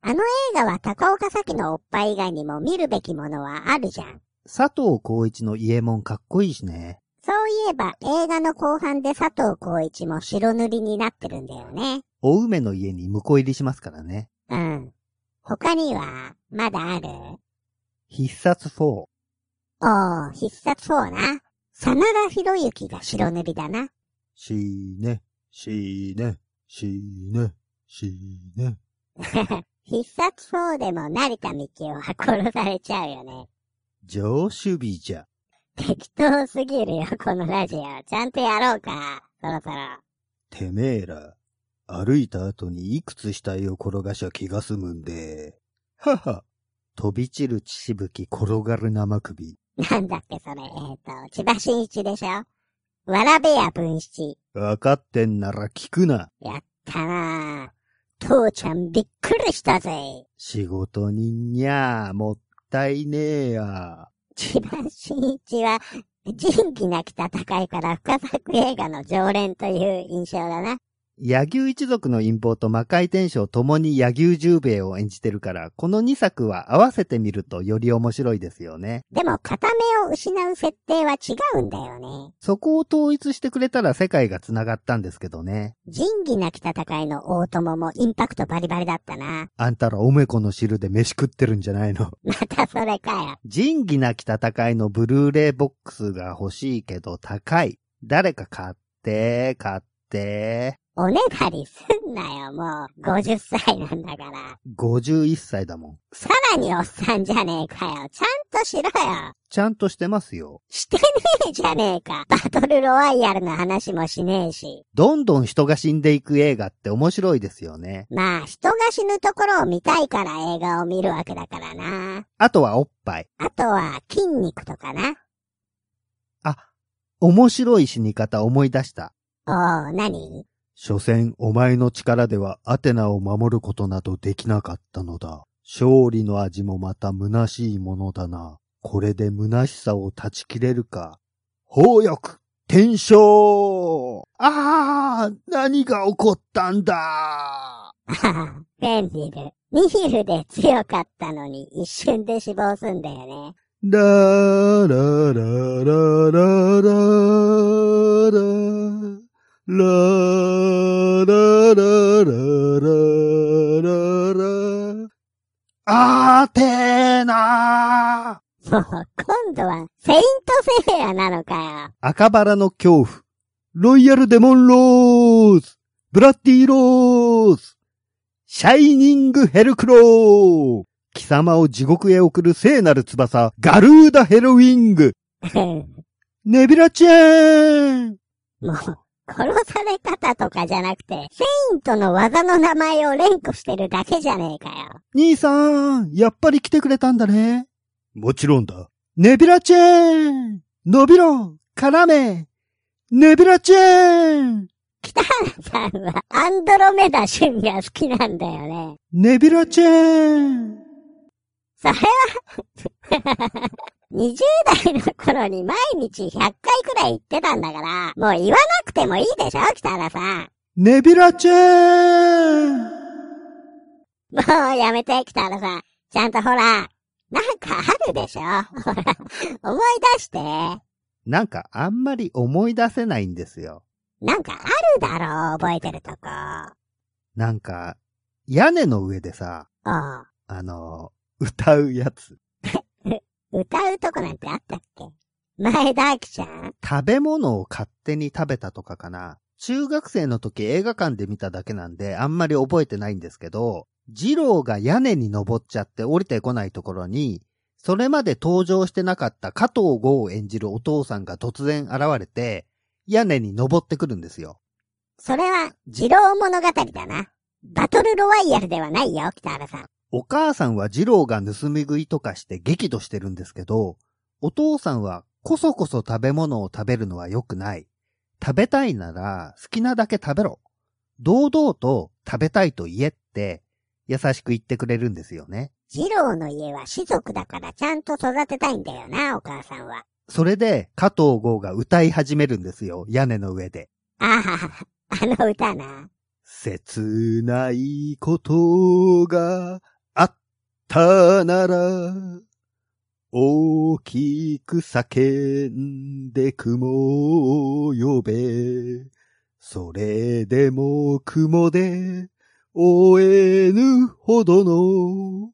Speaker 2: あの映画は高岡咲のおっぱい以外にも見るべきものはあるじゃん。
Speaker 1: 佐藤浩一の家門かっこいいしね。
Speaker 2: そういえば映画の後半で佐藤浩一も白塗りになってるんだよね。
Speaker 1: お梅の家に婿入りしますからね。
Speaker 2: うん。他には、まだある
Speaker 1: 必殺4。
Speaker 2: おー、必殺4な。真田広之が白塗りだな。 *laughs*
Speaker 1: 死ね、死ね、死ね、死ね。
Speaker 2: 必殺4でも成田幹夫は殺されちゃうよね。
Speaker 1: 上守備じゃ。
Speaker 2: 適当すぎるよ、このラジオ。ちゃんとやろうか。そろそろ。
Speaker 1: てめえら、歩いた後にいくつ死体を転がしゃ気が済むんで。はは。飛び散る血しぶき転がる生首。
Speaker 2: なんだっけ、それ。えっ、と、千葉真一でしょわらべや文七。
Speaker 1: わかってんなら聞くな。
Speaker 2: やったなぁ。父ちゃんびっくりしたぜ。
Speaker 1: 仕事人にゃあ、もったいねえや。
Speaker 2: 千葉真一は、仁義なき戦いから深作映画の常連という印象だな。
Speaker 1: 柳生一族の陰謀と魔界天章ともに柳生十兵衛を演じてるから、この2作は合わせてみるとより面白いですよね。
Speaker 2: でも、片目を失う設定は違うんだよね。
Speaker 1: そこを統一してくれたら世界が繋がったんですけどね。
Speaker 2: 仁義なき戦いの大友もインパクトバリバリだったな。
Speaker 1: あんたらおめこの汁で飯食ってるんじゃないの。
Speaker 2: またそれかよ。
Speaker 1: 仁義なき戦いのブルーレイボックスが欲しいけど高い。誰か買って、買って。
Speaker 2: おねだりすんなよ、もう。50歳なんだから。
Speaker 1: 51歳だもん。
Speaker 2: さらにおっさんじゃねえかよ。ちゃんとしろよ。
Speaker 1: ちゃんとしてますよ。
Speaker 2: してねえじゃねえか。バトルロワイヤルの話もしねえし。
Speaker 1: どんどん人が死んでいく映画って面白いですよね。
Speaker 2: まあ、人が死ぬところを見たいから映画を見るわけだからな。
Speaker 1: あとはおっぱい。
Speaker 2: あとは、筋肉とかな。
Speaker 1: 面白い死に方思い出した。
Speaker 2: おー、何
Speaker 1: 所詮お前の力ではアテナを守ることなどできなかったのだ。勝利の味もまた虚しいものだな。これで虚しさを断ち切れるか。宝欲天章ああ何が起こったんだ
Speaker 2: あははフェンリル。ニヒルで強かったのに一瞬で死亡すんだよね。
Speaker 1: ラーラーラーラーラーラーラーラーラーラーラーラーラーラーアーテーナー
Speaker 2: もう、今度は、セイントセイヤなのかよ。
Speaker 1: 赤バラの恐怖。ロイヤルデモンローズブラッディローズシャイニングヘルクロー貴様を地獄へ送る聖なる翼、ガルーダヘロウィングネビラチェーン
Speaker 2: もう、殺され方とかじゃなくて、セイントの技の名前を連呼してるだけじゃねえかよ。 *laughs*
Speaker 1: 兄さん、やっぱり来てくれたんだね。もちろんだ。ネビラチェーン伸びろ絡めネビラチェーン
Speaker 2: さんは、アンドロメダ旬が好きなんだよね。
Speaker 1: ネビラチェーン
Speaker 2: それは20代の頃に毎日100回くらい言ってたんだから、もう言わなくてもいいでしょ北原さん。
Speaker 1: ネビラチェーン
Speaker 2: もうやめて、北原さん。ちゃんとほら、なんかあるでしょほら、思い出して。
Speaker 1: なんかあんまり思い出せないんですよ。
Speaker 2: なんかあるだろう、覚えてるとこ。
Speaker 1: なんか、屋根の上でさ、
Speaker 2: お
Speaker 1: あの、歌うやつ。
Speaker 2: う歌うとこなんてあったっけ前田明ちゃん
Speaker 1: 食べ物を勝手に食べたとかかな。中学生の時映画館で見ただけなんであんまり覚えてないんですけど、二郎が屋根に登っちゃって降りてこないところに、それまで登場してなかった加藤剛を演じるお父さんが突然現れて、屋根に登ってくるんですよ。
Speaker 2: それは、二郎物語だな。バトルロワイヤルではないよ、北原さん。
Speaker 1: お母さんは二郎が盗み食いとかして激怒してるんですけど、お父さんはこそこそ食べ物を食べるのは良くない。食べたいなら好きなだけ食べろ。堂々と食べたいと言えって優しく言ってくれるんですよね。
Speaker 2: 二郎の家は士族だからちゃんと育てたいんだよな、お母さんは。
Speaker 1: それで加藤豪が歌い始めるんですよ。屋根の上で。
Speaker 2: ああ、あの歌な。
Speaker 1: 切ないことがあったなら、大きく叫んで雲を呼べ。それでも雲で追えぬほどの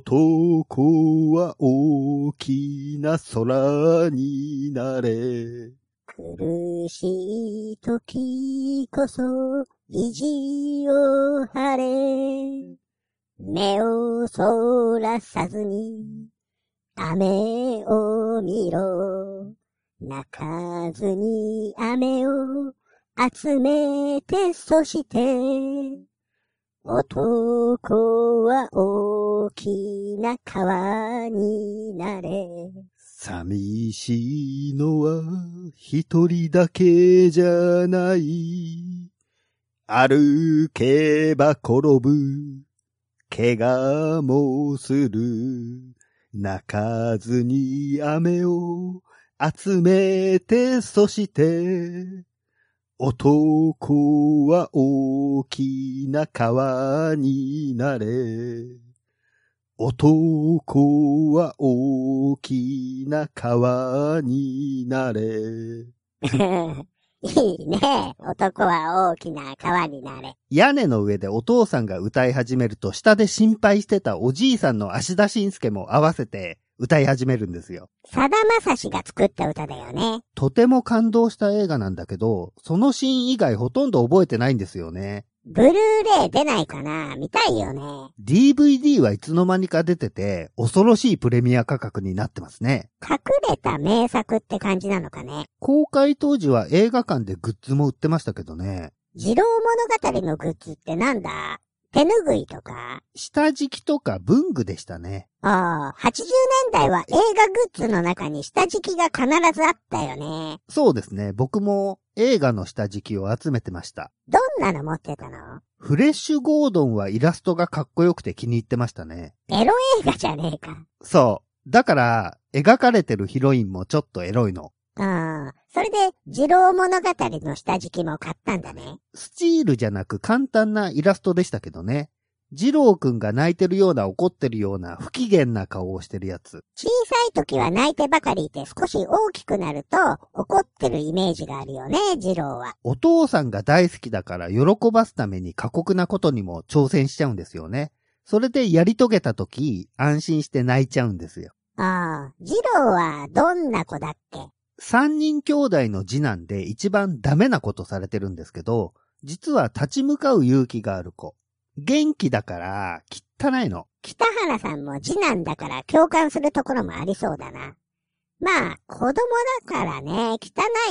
Speaker 1: 男は大きな空になれ。
Speaker 2: 苦しい時こそ意地を張れ。目をそらさずに雨を見ろ。泣かずに雨を集めてそして男は大きな川になれ。
Speaker 1: 寂しいのは一人だけじゃない。歩けば転ぶ。怪我もする。泣かずに雨を集めてそして男は大きな川になれ。男は大きな川になれ。
Speaker 2: *laughs* いいね。男は大きな川になれ。
Speaker 1: 屋根の上でお父さんが歌い始めると、下で心配してたおじいさんの足田晋介も合わせて歌い始めるんですよ。
Speaker 2: さだまさしが作った歌だよね。
Speaker 1: とても感動した映画なんだけど、そのシーン以外ほとんど覚えてないんですよね。
Speaker 2: ブルーレイ出ないかな見たいよね。
Speaker 1: DVD はいつの間にか出てて、恐ろしいプレミア価格になってますね。
Speaker 2: 隠れた名作って感じなのかね。
Speaker 1: 公開当時は映画館でグッズも売ってましたけどね。
Speaker 2: 二郎物語のグッズってなんだ手ぬぐいとか
Speaker 1: 下敷きとか文具でしたね。
Speaker 2: ああ、80年代は映画グッズの中に下敷きが必ずあったよね。
Speaker 1: そうですね。僕も映画の下敷きを集めてました。
Speaker 2: どんなの持ってたの
Speaker 1: フレッシュゴードンはイラストがかっこよくて気に入ってましたね。
Speaker 2: エロ映画じゃねえか。
Speaker 1: そう。だから、描かれてるヒロインもちょっとエロいの。
Speaker 2: ああ、それで、二郎物語の下敷きも買ったんだね。
Speaker 1: スチールじゃなく簡単なイラストでしたけどね。ジローくんが泣いてるような怒ってるような不機嫌な顔をしてるやつ。
Speaker 2: 小さい時は泣いてばかりいて少し大きくなると怒ってるイメージがあるよね、二郎は。
Speaker 1: お父さんが大好きだから喜ばすために過酷なことにも挑戦しちゃうんですよね。それでやり遂げた時、安心して泣いちゃうんですよ。
Speaker 2: ああ、二郎はどんな子だっけ
Speaker 1: 三人兄弟の次男で一番ダメなことされてるんですけど、実は立ち向かう勇気がある子。元気だから、汚いの。
Speaker 2: 北原さんも次男だから共感するところもありそうだな。まあ、子供だからね、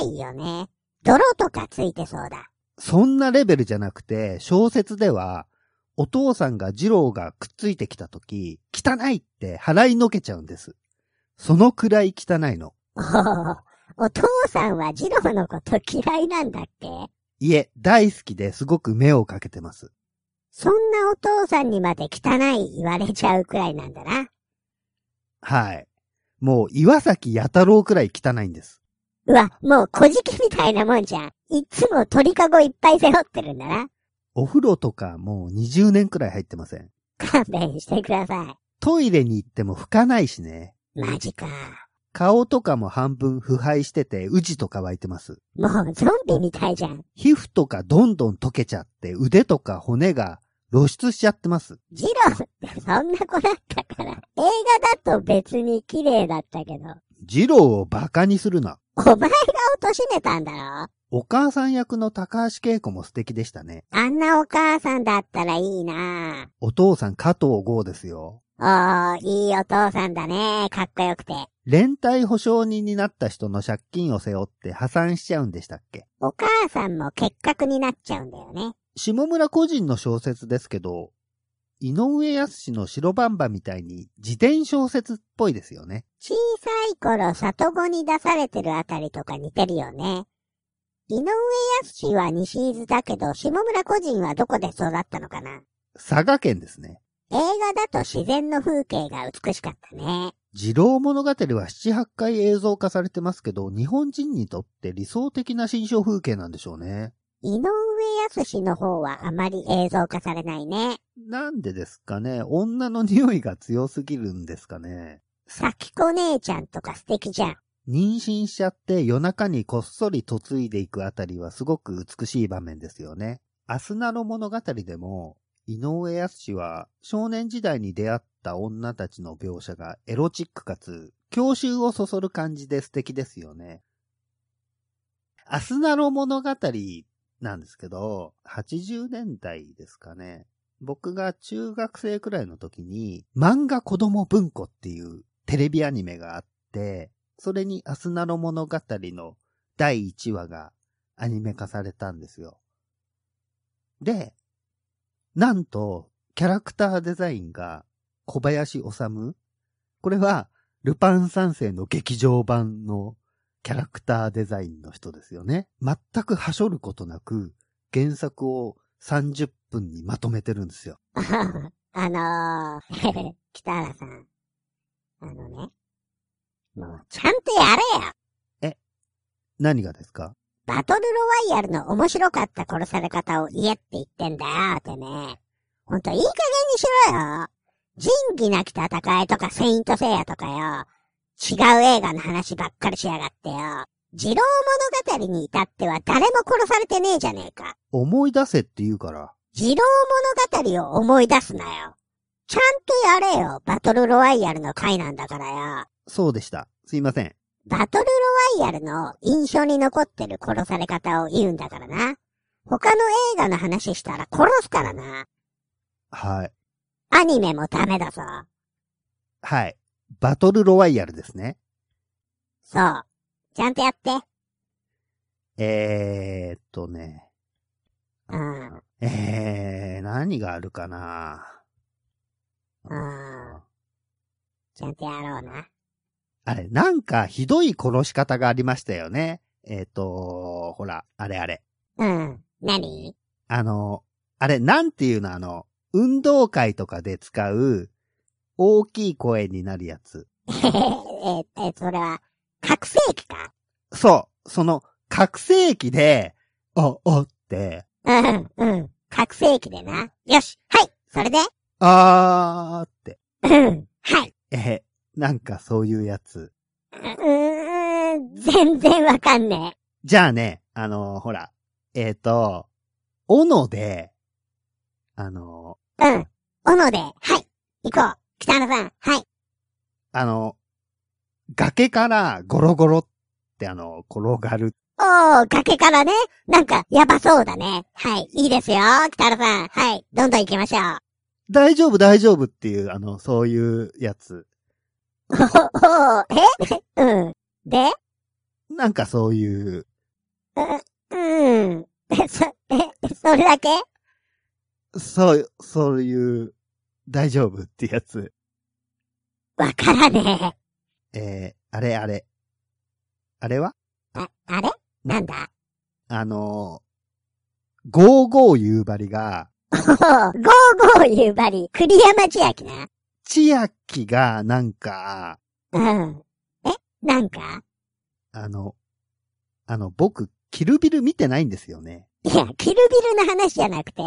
Speaker 2: 汚いよね。泥とかついてそうだ。
Speaker 1: そんなレベルじゃなくて、小説では、お父さんが二郎がくっついてきた時、汚いって払いのけちゃうんです。そのくらい汚いの。
Speaker 2: おーお父さんは二郎のこと嫌いなんだっけ
Speaker 1: いえ、大好きですごく目をかけてます。
Speaker 2: そんなお父さんにまで汚い言われちゃうくらいなんだな。
Speaker 1: はい。もう岩崎弥太郎くらい汚いんです。
Speaker 2: うわ、もう小じきみたいなもんじゃん。いつも鳥かごいっぱい背負ってるんだな。
Speaker 1: お風呂とかもう20年くらい入ってません。
Speaker 2: 勘弁してくださ
Speaker 1: トイレに行っても拭かないしね。
Speaker 2: い。マジか。
Speaker 1: 顔とかも半分腐敗してて、うじとか湧いてます。
Speaker 2: もうゾンビみたいじゃん。
Speaker 1: 皮膚とかどんどん溶けちゃって、腕とか骨が露出しちゃってます。
Speaker 2: ジローってそんな子だったから。映画だと別に綺麗だったけど。
Speaker 1: ジローをバカにするな。
Speaker 2: お前が貶めたんだろ
Speaker 1: お母さん役の高橋恵子も素敵でしたね。
Speaker 2: あんなお母さんだったらいいな
Speaker 1: お父さん加藤剛ですよ。
Speaker 2: ぁ。おー、いいお父さんだね。かっこよくて。
Speaker 1: 連帯保証人になった人の借金を背負って破産しちゃうんでしたっけ
Speaker 2: お母さんも結核になっちゃうんだよね。
Speaker 1: 下村個人の小説ですけど、井上康の白バンバみたいに自伝小説っぽいですよね。
Speaker 2: 小さい頃里子に出されてるあたりとか似てるよね。井上康は西伊豆だけど、下村個人はどこで育ったのかな
Speaker 1: 佐賀県ですね。
Speaker 2: 映画だと自然の風景が美しかったね。
Speaker 1: 二郎物語は七八回映像化されてますけど、日本人にとって理想的な新象風景なんでしょうね。
Speaker 2: 井上康の方はあまり映像化されないね。
Speaker 1: なんでですかね女の匂いが強すぎるんですかね
Speaker 2: 咲子姉ちゃんとか素敵じゃん。 *laughs*
Speaker 1: 妊娠しちゃって夜中にこっそり嫁いでいくあたりはすごく美しい場面ですよね。アスナの物語でも、井上康は少年時代に出会った女たちの描写がエロチックかつ、郷愁をそそる感じで素敵ですよね。アスナの物語なんですけど、80年代ですかね。僕が中学生くらいの時に、漫画子供文庫っていうテレビアニメがあって、それにアスナの物語の第1話がアニメ化されたんですよ。で、なんと、キャラクターデザインが小林治これは、ルパン三世の劇場版のキャラクターデザインの人ですよね。全くはしょることなく、原作を30分にまとめてるんですよ。
Speaker 2: あのー、 *laughs* 北原さん。あのね。もう、ちゃんとやれよ
Speaker 1: 何がですか
Speaker 2: バトルロワイヤルの面白かった殺され方を言えって言ってんだよ、てめえ。ほんといい加減にしろよ。仁義なき戦いとかセイントセイヤとかよ。違う映画の話ばっかりしやがってよ。二郎物語に至っては誰も殺されてねえじゃねえか。
Speaker 1: 思い出せって言うから。
Speaker 2: 二郎物語を思い出すなよ。ちゃんとやれよ。バトルロワイヤルの回なんだからよ。
Speaker 1: そうでした。すいません。
Speaker 2: バトルロワイヤルの印象に残ってる殺され方を言うんだからな。他の映画の話したら殺すからな。
Speaker 1: はい。
Speaker 2: アニメもダメだぞ。
Speaker 1: はい。バトルロワイヤルですね。
Speaker 2: そう。ちゃんとやって。
Speaker 1: えーっとね。
Speaker 2: うん。うん。
Speaker 1: えー、何があるかな
Speaker 2: ちゃんとやろうな。
Speaker 1: あれ、なんかひどい殺し方がありましたよね。えっ、と、ほら、あれあれ。
Speaker 2: うん。何 *laughs*
Speaker 1: あの、あれ、なんていうのあの、運動会とかで使う、大きい声になるやつ。
Speaker 2: えー、えー、それは、覚醒器か
Speaker 1: そう、その、覚醒器で、あ、あって、
Speaker 2: うん、うん。覚醒器でな。よし、はい、それで、
Speaker 1: あーって、
Speaker 2: うん、はい。
Speaker 1: え、なんかそういうやつ。
Speaker 2: うーん、全然わかんね
Speaker 1: じゃあね、あのほら、えっ、と、斧で、あの
Speaker 2: え。うん。斧で、はい、行こう。北野さん、はい。
Speaker 1: あの、崖からゴロゴロってあの、転がる。
Speaker 2: おー、崖からね、なんか、やばそうだね。はい、いいですよ、北野さん。はい、どんどん行きましょう。
Speaker 1: 大丈夫大丈夫っていう、あの、そういうやつ。
Speaker 2: おおー、え *laughs* うん。で
Speaker 1: なんかそういう、
Speaker 2: うん。え、そ、え、それだけ
Speaker 1: そう、そういう、大丈夫ってやつ。
Speaker 2: わからね
Speaker 1: えー、あれあれ。あれは
Speaker 2: え。あ、あれなんだ
Speaker 1: あの、ゴーゴー夕張が、
Speaker 2: おー、ゴーゴー夕張、栗山千明な。
Speaker 1: 千秋がなんか、
Speaker 2: うん。え、なんか
Speaker 1: あの、あの、僕、キルビル見てないんですよね。
Speaker 2: いや、キルビルの話じゃなくて、い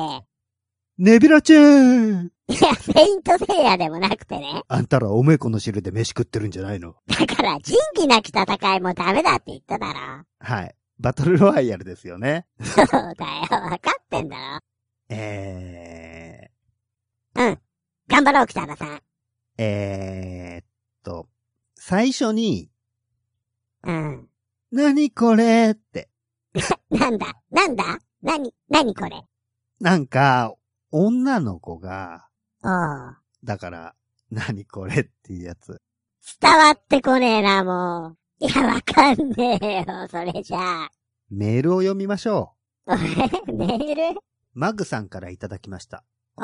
Speaker 1: ネビラチェーン
Speaker 2: や、セイントセイヤでもなくてね。
Speaker 1: あんたらおめこの汁で飯食ってるんじゃないの
Speaker 2: だから、仁義なき戦いもダメだって言っただろ。
Speaker 1: はい。バトルロワイヤルですよね。
Speaker 2: そうだよ、わかってんだろ。
Speaker 1: え
Speaker 2: 頑張ろう、北田さん。
Speaker 1: ー、えーっと、最初に、
Speaker 2: うん。 *laughs*
Speaker 1: 何これって、
Speaker 2: なんだ、なんだなに、なにこれ。
Speaker 1: なんか、女の子が、
Speaker 2: おー。
Speaker 1: だから、何これっていうやつ。
Speaker 2: 伝わってこねえな、もう。いや、わかんねえよ、それじゃあ。
Speaker 1: メールを読みましょ
Speaker 2: おえメール
Speaker 1: う。マグさんからいただきました。
Speaker 2: おー、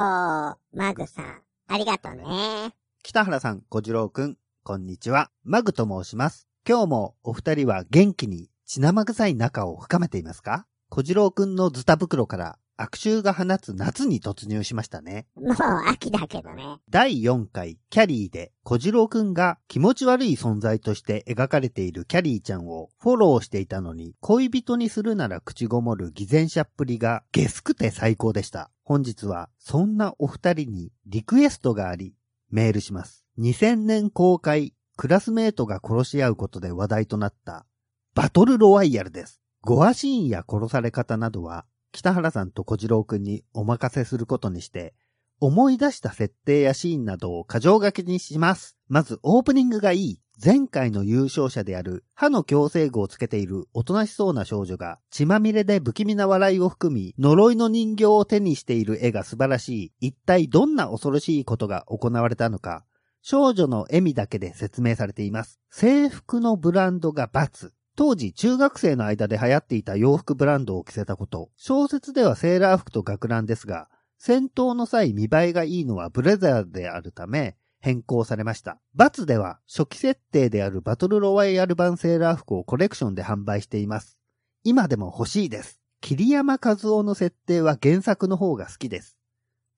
Speaker 2: マグさん。ありがとうね。
Speaker 1: 北原さん、小次郎くん、こんにちは。マグと申します。今日もお二人は元気に血生臭い仲を深めていますか小次郎くんのズタ袋から悪臭が放つ夏に突入しましたね。
Speaker 2: もう秋だけどね。
Speaker 1: 第4回キャリーで小次郎くんが気持ち悪い存在として描かれているキャリーちゃんをフォローしていたのに恋人にするなら口ごもる偽善者っぷりがゲスくて最高でした。本日はそんなお二人にリクエストがありメールします。2000年公開クラスメートが殺し合うことで話題となったバトルロワイヤルです。ゴアシーンや殺され方などは北原さんと小次郎くんにお任せすることにして思い出した設定やシーンなどを過剰書きにします。まずオープニングがいい。前回の優勝者である歯の矯正具をつけているおとなしそうな少女が血まみれで不気味な笑いを含み呪いの人形を手にしている絵が素晴らしい。一体どんな恐ろしいことが行われたのか。少女の笑みだけで説明されています。制服のブランドが×。当時、中学生の間で流行っていた洋服ブランドを着せたこと。小説ではセーラー服と学ランですが、戦闘の際見栄えがいいのはブレザーであるため変更されました。バツでは初期設定であるバトルロワイヤル版セーラー服をコレクションで販売しています。今でも欲しいです。桐山和夫の設定は原作の方が好きです。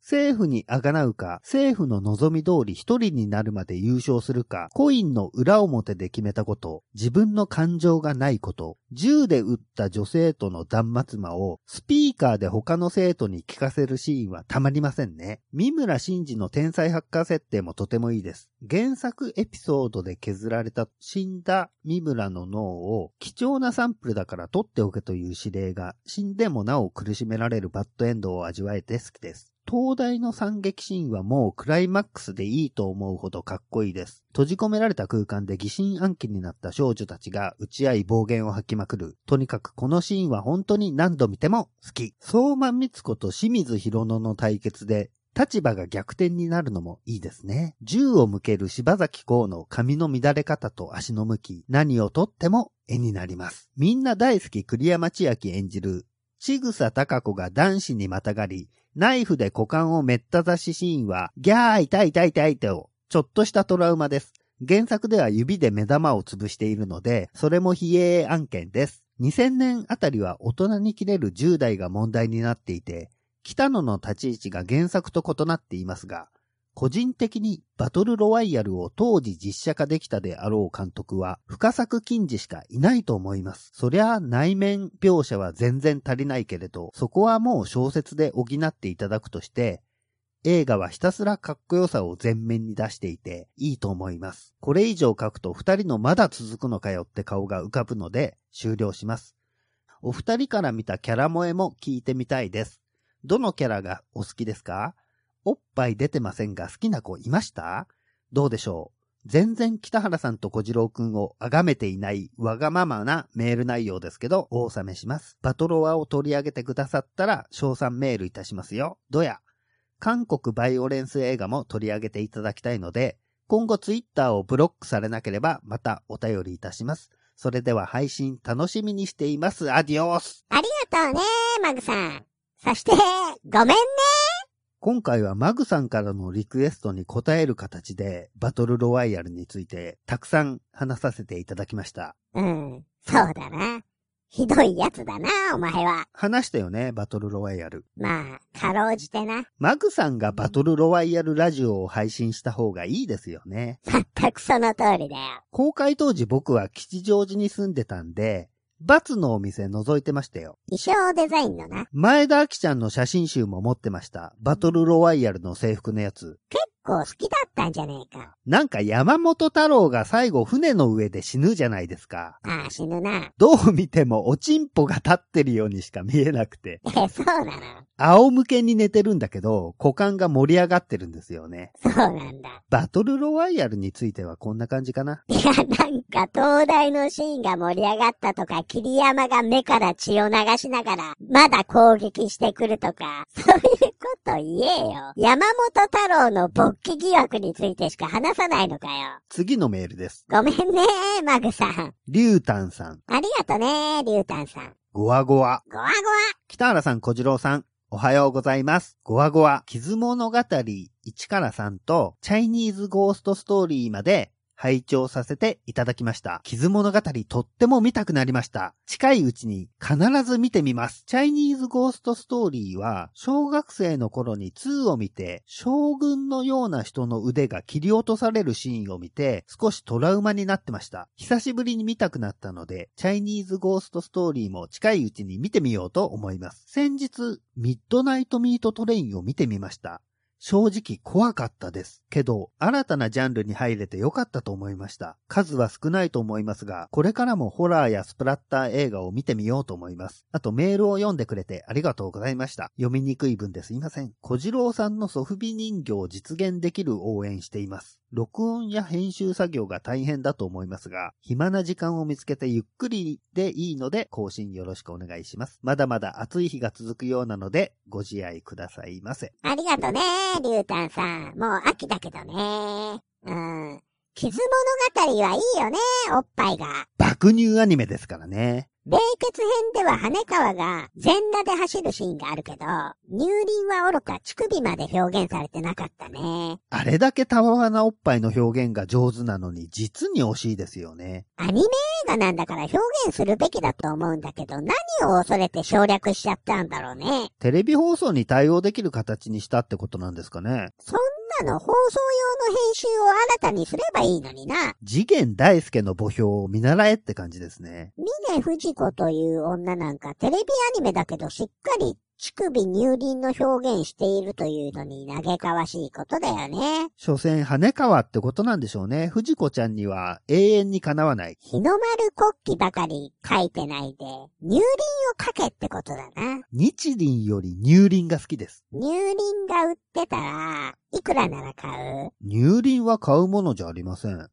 Speaker 1: 政府に贖うか、政府の望み通り一人になるまで優勝するか、コインの裏表で決めたこと、自分の感情がないこと、銃で撃った女生徒の断末魔をスピーカーで他の生徒に聞かせるシーンはたまりませんね。三村真司の天才ハッカー設定もとてもいいです。原作エピソードで削られた死んだ三村の脳を貴重なサンプルだから取っておけという指令が死んでもなお苦しめられるバッドエンドを味わえて好きです。東大の惨劇シーンはもうクライマックスでいいと思うほどかっこいいです。閉じ込められた空間で疑心暗鬼になった少女たちが打ち合い暴言を吐きまくる。とにかくこのシーンは本当に何度見ても好き。相馬光子と清水博野の対決で立場が逆転になるのもいいですね。銃を向ける柴崎公の髪の乱れ方と足の向き、何をとっても絵になります。みんな大好き栗山千明演じる、ちぐさたか子が男子にまたがり、ナイフで股間をめった刺しシーンは、ギャー痛い痛い痛いと、ちょっとしたトラウマです。原作では指で目玉を潰しているので、それも非営案件です。2000年あたりは大人に切れる10代が問題になっていて、北野の立ち位置が原作と異なっていますが、個人的にバトルロワイヤルを当時実写化できたであろう監督は深作金次しかいないと思います。そりゃあ内面描写は全然足りないけれど、そこはもう小説で補っていただくとして、映画はひたすらかっこよさを前面に出していていいと思います。これ以上書くと二人のまだ続くのかよって顔が浮かぶので終了します。お二人から見たキャラ萌えも聞いてみたいです。どのキャラがお好きですかおっぱい出てませんが好きな子いましたどうでしょう全然北原さんと小次郎くんを崇めていないわがままなメール内容ですけど、お納めします。バトロワを取り上げてくださったら、賞賛メールいたしますよ。どや。韓国バイオレンス映画も取り上げていただきたいので、今後ツイッターをブロックされなければ、またお便りいたします。それでは配信楽しみにしています。アディオス
Speaker 2: ありがとうね、マグさん。そして、ごめんね。
Speaker 1: 今回はマグさんからのリクエストに応える形でバトルロワイヤルについてたくさん話させていただきました。
Speaker 2: うん、そうだな。ひどいやつだな、お前は。
Speaker 1: 話したよね、バトルロワイヤル。
Speaker 2: まあ、かろうじてな。
Speaker 1: マグさんがバトルロワイヤルラジオを配信した方がいいですよね。
Speaker 2: 全くその通りだよ。
Speaker 1: 公開当時僕は吉祥寺に住んでたんで、バツのお店覗いてましたよ。
Speaker 2: 衣装デザインのな。
Speaker 1: 前田明ちゃんの写真集も持ってました。バトルロワイヤルの制服のやつ。
Speaker 2: 結構好きだったんじゃねえか。
Speaker 1: なんか山本太郎が最後船の上で死ぬじゃないですか。
Speaker 2: ああ、死ぬな。
Speaker 1: どう見てもおちんぽが立ってるようにしか見えなくて、
Speaker 2: え、そうなの。
Speaker 1: 仰向けに寝てるんだけど、股間が盛り上がってるんですよね。
Speaker 2: そうなんだ。
Speaker 1: バトルロワイヤルについてはこんな感じかな。
Speaker 2: いや、なんか、東大のシーンが盛り上がったとか、桐山が目から血を流しながら、まだ攻撃してくるとか、そういうこと言えよ。山本太郎の勃起疑惑についてしか話さないのかよ。
Speaker 1: 次のメールです。
Speaker 2: ごめんね、マグさん。
Speaker 1: リュウタンさん、
Speaker 2: ありがとね、リュウタンさん。
Speaker 1: ゴワゴワ。
Speaker 2: ごわ
Speaker 1: 北原さん、小次郎さん、おはようございます。ゴワゴワ、傷物語1から3と、チャイニーズゴーストストーリーまで、拝聴させていただきました。傷物語とっても見たくなりました。近いうちに必ず見てみます。チャイニーズゴーストストーリーは、小学生の頃に2を見て、将軍のような人の腕が切り落とされるシーンを見て、少しトラウマになってました。久しぶりに見たくなったので、チャイニーズゴーストストーリーも近いうちに見てみようと思います。先日、ミッドナイトミートトレインを見てみました。正直怖かったです。けど、新たなジャンルに入れてよかったと思いました。数は少ないと思いますが、これからもホラーやスプラッター映画を見てみようと思います。あとメールを読んでくれてありがとうございました。読みにくい文ですいません。小次郎さんのソフビ人形を実現できる応援しています。録音や編集作業が大変だと思いますが、暇な時間を見つけてゆっくりでいいので更新よろしくお願いします。まだまだ暑い日が続くようなので、ご自愛くださいませ。
Speaker 2: ごわ。ありがとね、リュウタンさん。もう秋だけどね。うん。傷物語はいいよね、おっぱいが。
Speaker 1: 爆乳アニメですからね。
Speaker 2: 冷血編では羽川が全裸で走るシーンがあるけど、乳輪は愚か乳首まで表現されてなかったね。
Speaker 1: あれだけたわわなおっぱいの表現が上手なのに実に惜しいですよね。
Speaker 2: アニメ映画なんだから表現するべきだと思うんだけど、何を恐れて省略しちゃったんだろうね。
Speaker 1: テレビ放送に対応できる形にしたってことなんですかね。
Speaker 2: そんなの放送用の編集を新たにすればいいのにな。
Speaker 1: 次元大介の墓標を見習えって感じですね。
Speaker 2: 峰藤子という女なんかテレビアニメだけどしっかり乳首乳輪の表現しているというのに嘆かわしいことだよね。
Speaker 1: 所詮、羽川ってことなんでしょうね。藤子ちゃんには永遠にかなわない。
Speaker 2: 日の丸国旗ばかり書いてないで、乳輪を書けってことだな。
Speaker 1: 日輪より乳輪が好きです。
Speaker 2: 乳輪が売ってたら、いくらなら買う
Speaker 1: 乳輪は買うものじゃありません。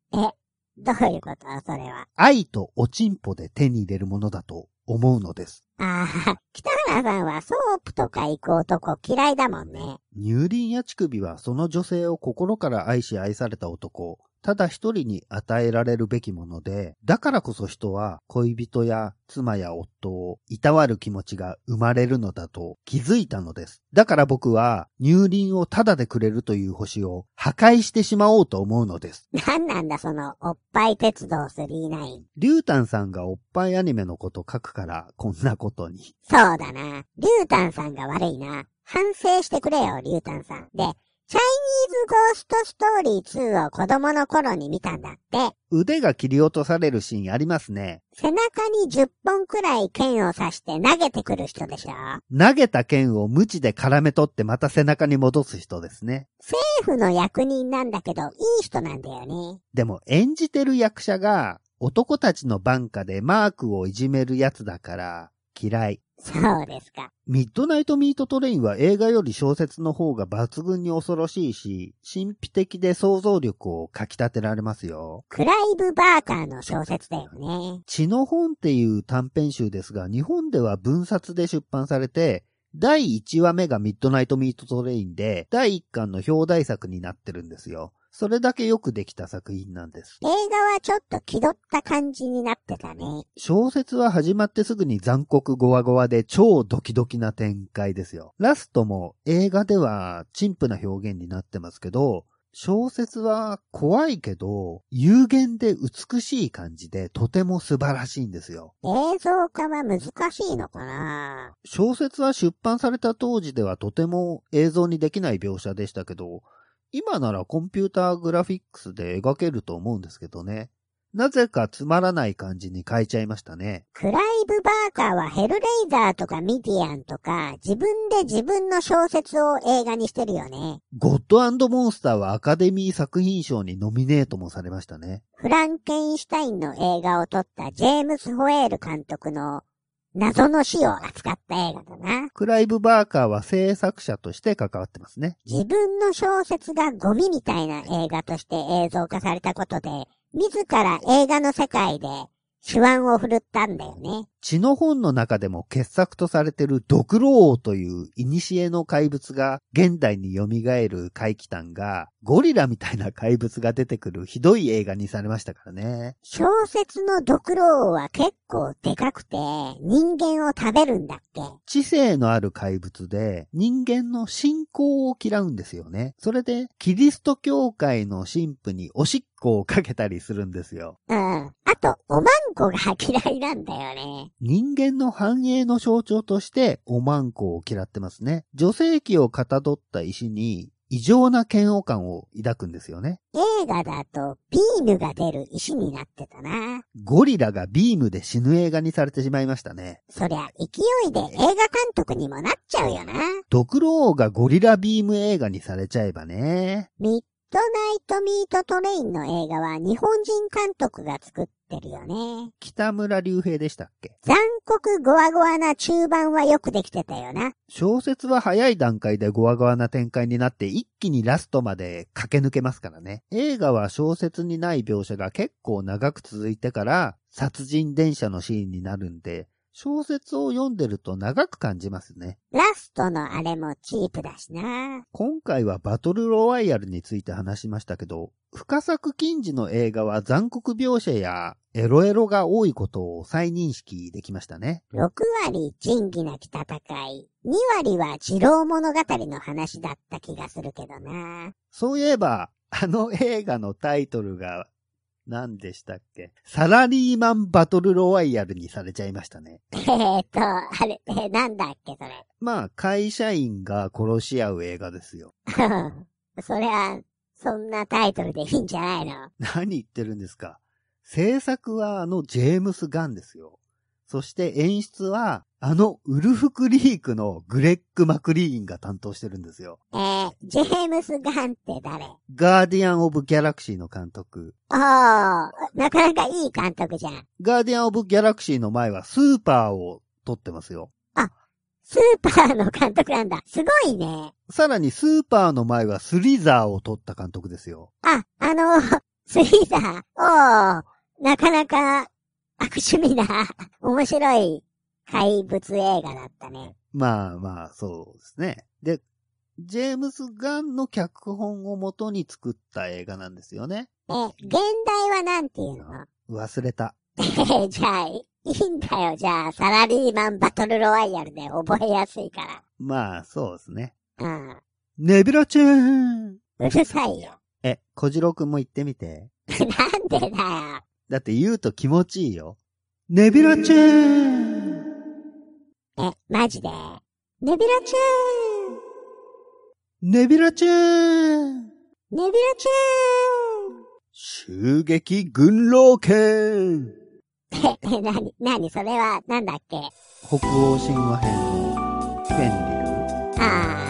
Speaker 2: どういうことそれは。
Speaker 1: 愛とおちんぽで手に入れるものだと思うのです。
Speaker 2: ああ、北原さんはソープとか行く男嫌いだもんね。
Speaker 1: 乳輪や乳首はその女性を心から愛し愛された男、ただ一人に与えられるべきもので、だからこそ人は恋人や妻や夫をいたわる気持ちが生まれるのだと気づいたのです。だから僕は乳輪をタダでくれるという星を破壊してしまおうと思うのです。
Speaker 2: なんなんだその、おっぱい鉄道39。
Speaker 1: リュウタンさんがおっぱいアニメのこと書くから、こんなことに。
Speaker 2: そうだな。リュウタンさんが悪いな。反省してくれよ、リュウタンさん。で、チャイニーズゴーストストーリー2を子供の頃に見たんだって。
Speaker 1: 腕が切り落とされるシーンありますね。
Speaker 2: 背中に10本くらい剣を刺して投げてくる人でしょ
Speaker 1: 投げた剣を無知で絡め取ってまた背中に戻す人ですね。
Speaker 2: 政府の役人なんだけど、いい人なんだよね。
Speaker 1: でも演じてる役者が、男たちの番下でマークをいじめるやつだから、嫌い。
Speaker 2: そうですか。
Speaker 1: ミッドナイトミートトレインは映画より小説の方が抜群に恐ろしいし、神秘的で想像力をかき立てられますよ。
Speaker 2: クライブ・バーカーの小説だよね。
Speaker 1: 血の本っていう短編集ですが、日本では文冊で出版されて、第1話目がミッドナイトミートトレインで、第1巻の表題作になってるんですよ。それだけよくできた作品なんです。
Speaker 2: 映画はちょっと気取った感じになってたね。
Speaker 1: 小説は始まってすぐに残酷ゴワゴワで超ドキドキな展開ですよ。ラストも映画では陳腐な表現になってますけど、小説は怖いけど、有限で美しい感じでとても素晴らしいんですよ。
Speaker 2: 映像化は難しいのかな
Speaker 1: 小説は出版された当時ではとても映像にできない描写でしたけど、今ならコンピューターグラフィックスで描けると思うんですけどね。なぜかつまらない感じに変えちゃいましたね。
Speaker 2: クライブ・バーカーはヘルレイザーとかミディアンとか自分で自分の小説を映画にしてるよね。
Speaker 1: ゴッドモンスターはアカデミー作品賞にノミネートもされましたね。
Speaker 2: フランケンシュタインの映画を撮ったジェームス・ホエール監督の謎の死を扱った映画だな。
Speaker 1: クライブ・バーカーは制作者として関わってますね。
Speaker 2: 自分の小説がゴミみたいな映画として映像化されたことで、自ら映画の世界で手腕を振るったんだよね。
Speaker 1: 血の本の中でも傑作とされてるドクロ王という古の怪物が現代に蘇る怪奇譚がゴリラみたいな怪物が出てくるひどい映画にされましたからね。
Speaker 2: 小説のドクロ王は結構でかくて人間を食べるんだっけ
Speaker 1: 知性のある怪物で人間の信仰を嫌うんですよね。それでキリスト教会の神父におしっこをかけたりするんですよ。
Speaker 2: うん。あと、おまんこが嫌いなんだよね。
Speaker 1: 人間の繁栄の象徴としておまんこを嫌ってますね。女性器をかたどった石に異常な嫌悪感を抱くんですよね。
Speaker 2: 映画だと、ビームが出る石になってたな。
Speaker 1: ゴリラがビームで死ぬ映画にされてしまいましたね。
Speaker 2: そりゃ、勢いで映画監督にもなっちゃうよな。
Speaker 1: ドクロ王がゴリラビーム映画にされちゃえばね。
Speaker 2: ミッドナイトミートトレインの映画は日本人監督が作ってるよね。
Speaker 1: 北村隆平でしたっけ
Speaker 2: 残酷ゴワゴワな中盤はよくできてたよな。
Speaker 1: 小説は早い段階でゴワゴワな展開になって一気にラストまで駆け抜けますからね。映画は小説にない描写が結構長く続いてから殺人電車のシーンになるんで、小説を読んでると長く感じますね。
Speaker 2: ラストのあれもチープだしな。
Speaker 1: 今回はバトルロワイヤルについて話しましたけど、深作近次の映画は残酷描写やエロエロが多いことを再認識できましたね。
Speaker 2: 6割仁義なき戦い、2割は二郎物語の話だった気がするけどな。
Speaker 1: そういえば、あの映画のタイトルが何でしたっけサラリーマンバトルロワイヤルにされちゃいましたね。
Speaker 2: *laughs* えーっと、あれ、えーなんだっけ、そ
Speaker 1: まあ、会社員が殺し合う映画ですよ。
Speaker 2: れ。 *laughs* そりゃ、そんなタイトルでいいんじゃないの
Speaker 1: 何言ってるんですか制作はあのジェームス・ガンですよ。そして演出はあのウルフ・クリークのグレッグ・マクリーンが担当してるんですよ。
Speaker 2: えー、ジェームス・ガンって誰
Speaker 1: ガーディアン・オブ・ギャラクシーの監督。
Speaker 2: おー、なかなかいい監督じゃん。
Speaker 1: ガーディアン・オブ・ギャラクシーの前はスーパーを撮ってますよ。
Speaker 2: スーパーの監督なんだ。すごいね。
Speaker 1: さらにスーパーの前はスリザーを撮った監督ですよ。
Speaker 2: あ、あの、 *laughs* スリーザー。おー、なかなか悪趣味な、 *laughs* 面白い怪物映画だったね。
Speaker 1: まあまあ、そうですね。で、ジェームス・ガンの脚本を元に作った映画なんですよね。
Speaker 2: え、現代はなんていうの
Speaker 1: 忘れた。
Speaker 2: え、 *laughs* じゃあ、いいんだよ。じゃあ、サラリーマンバトルロワイヤルで覚えやすいか
Speaker 1: まあ、そうですね。
Speaker 2: ら。うん。
Speaker 1: ネビュラチューン
Speaker 2: うるさいよ。 *laughs*
Speaker 1: え、小次郎くんも言ってみて。
Speaker 2: なんでだよ。
Speaker 1: だって言うと気持ちいいよ。ネビュラチューン
Speaker 2: え、マジで。ネビラチューン
Speaker 1: ネビュラチューン
Speaker 2: ネビラチ
Speaker 1: 襲撃軍狼犬
Speaker 2: ューン *laughs* え、え、なに、なに、それは、なんだっけ
Speaker 1: 北欧神話編のフェンリル。
Speaker 2: あー。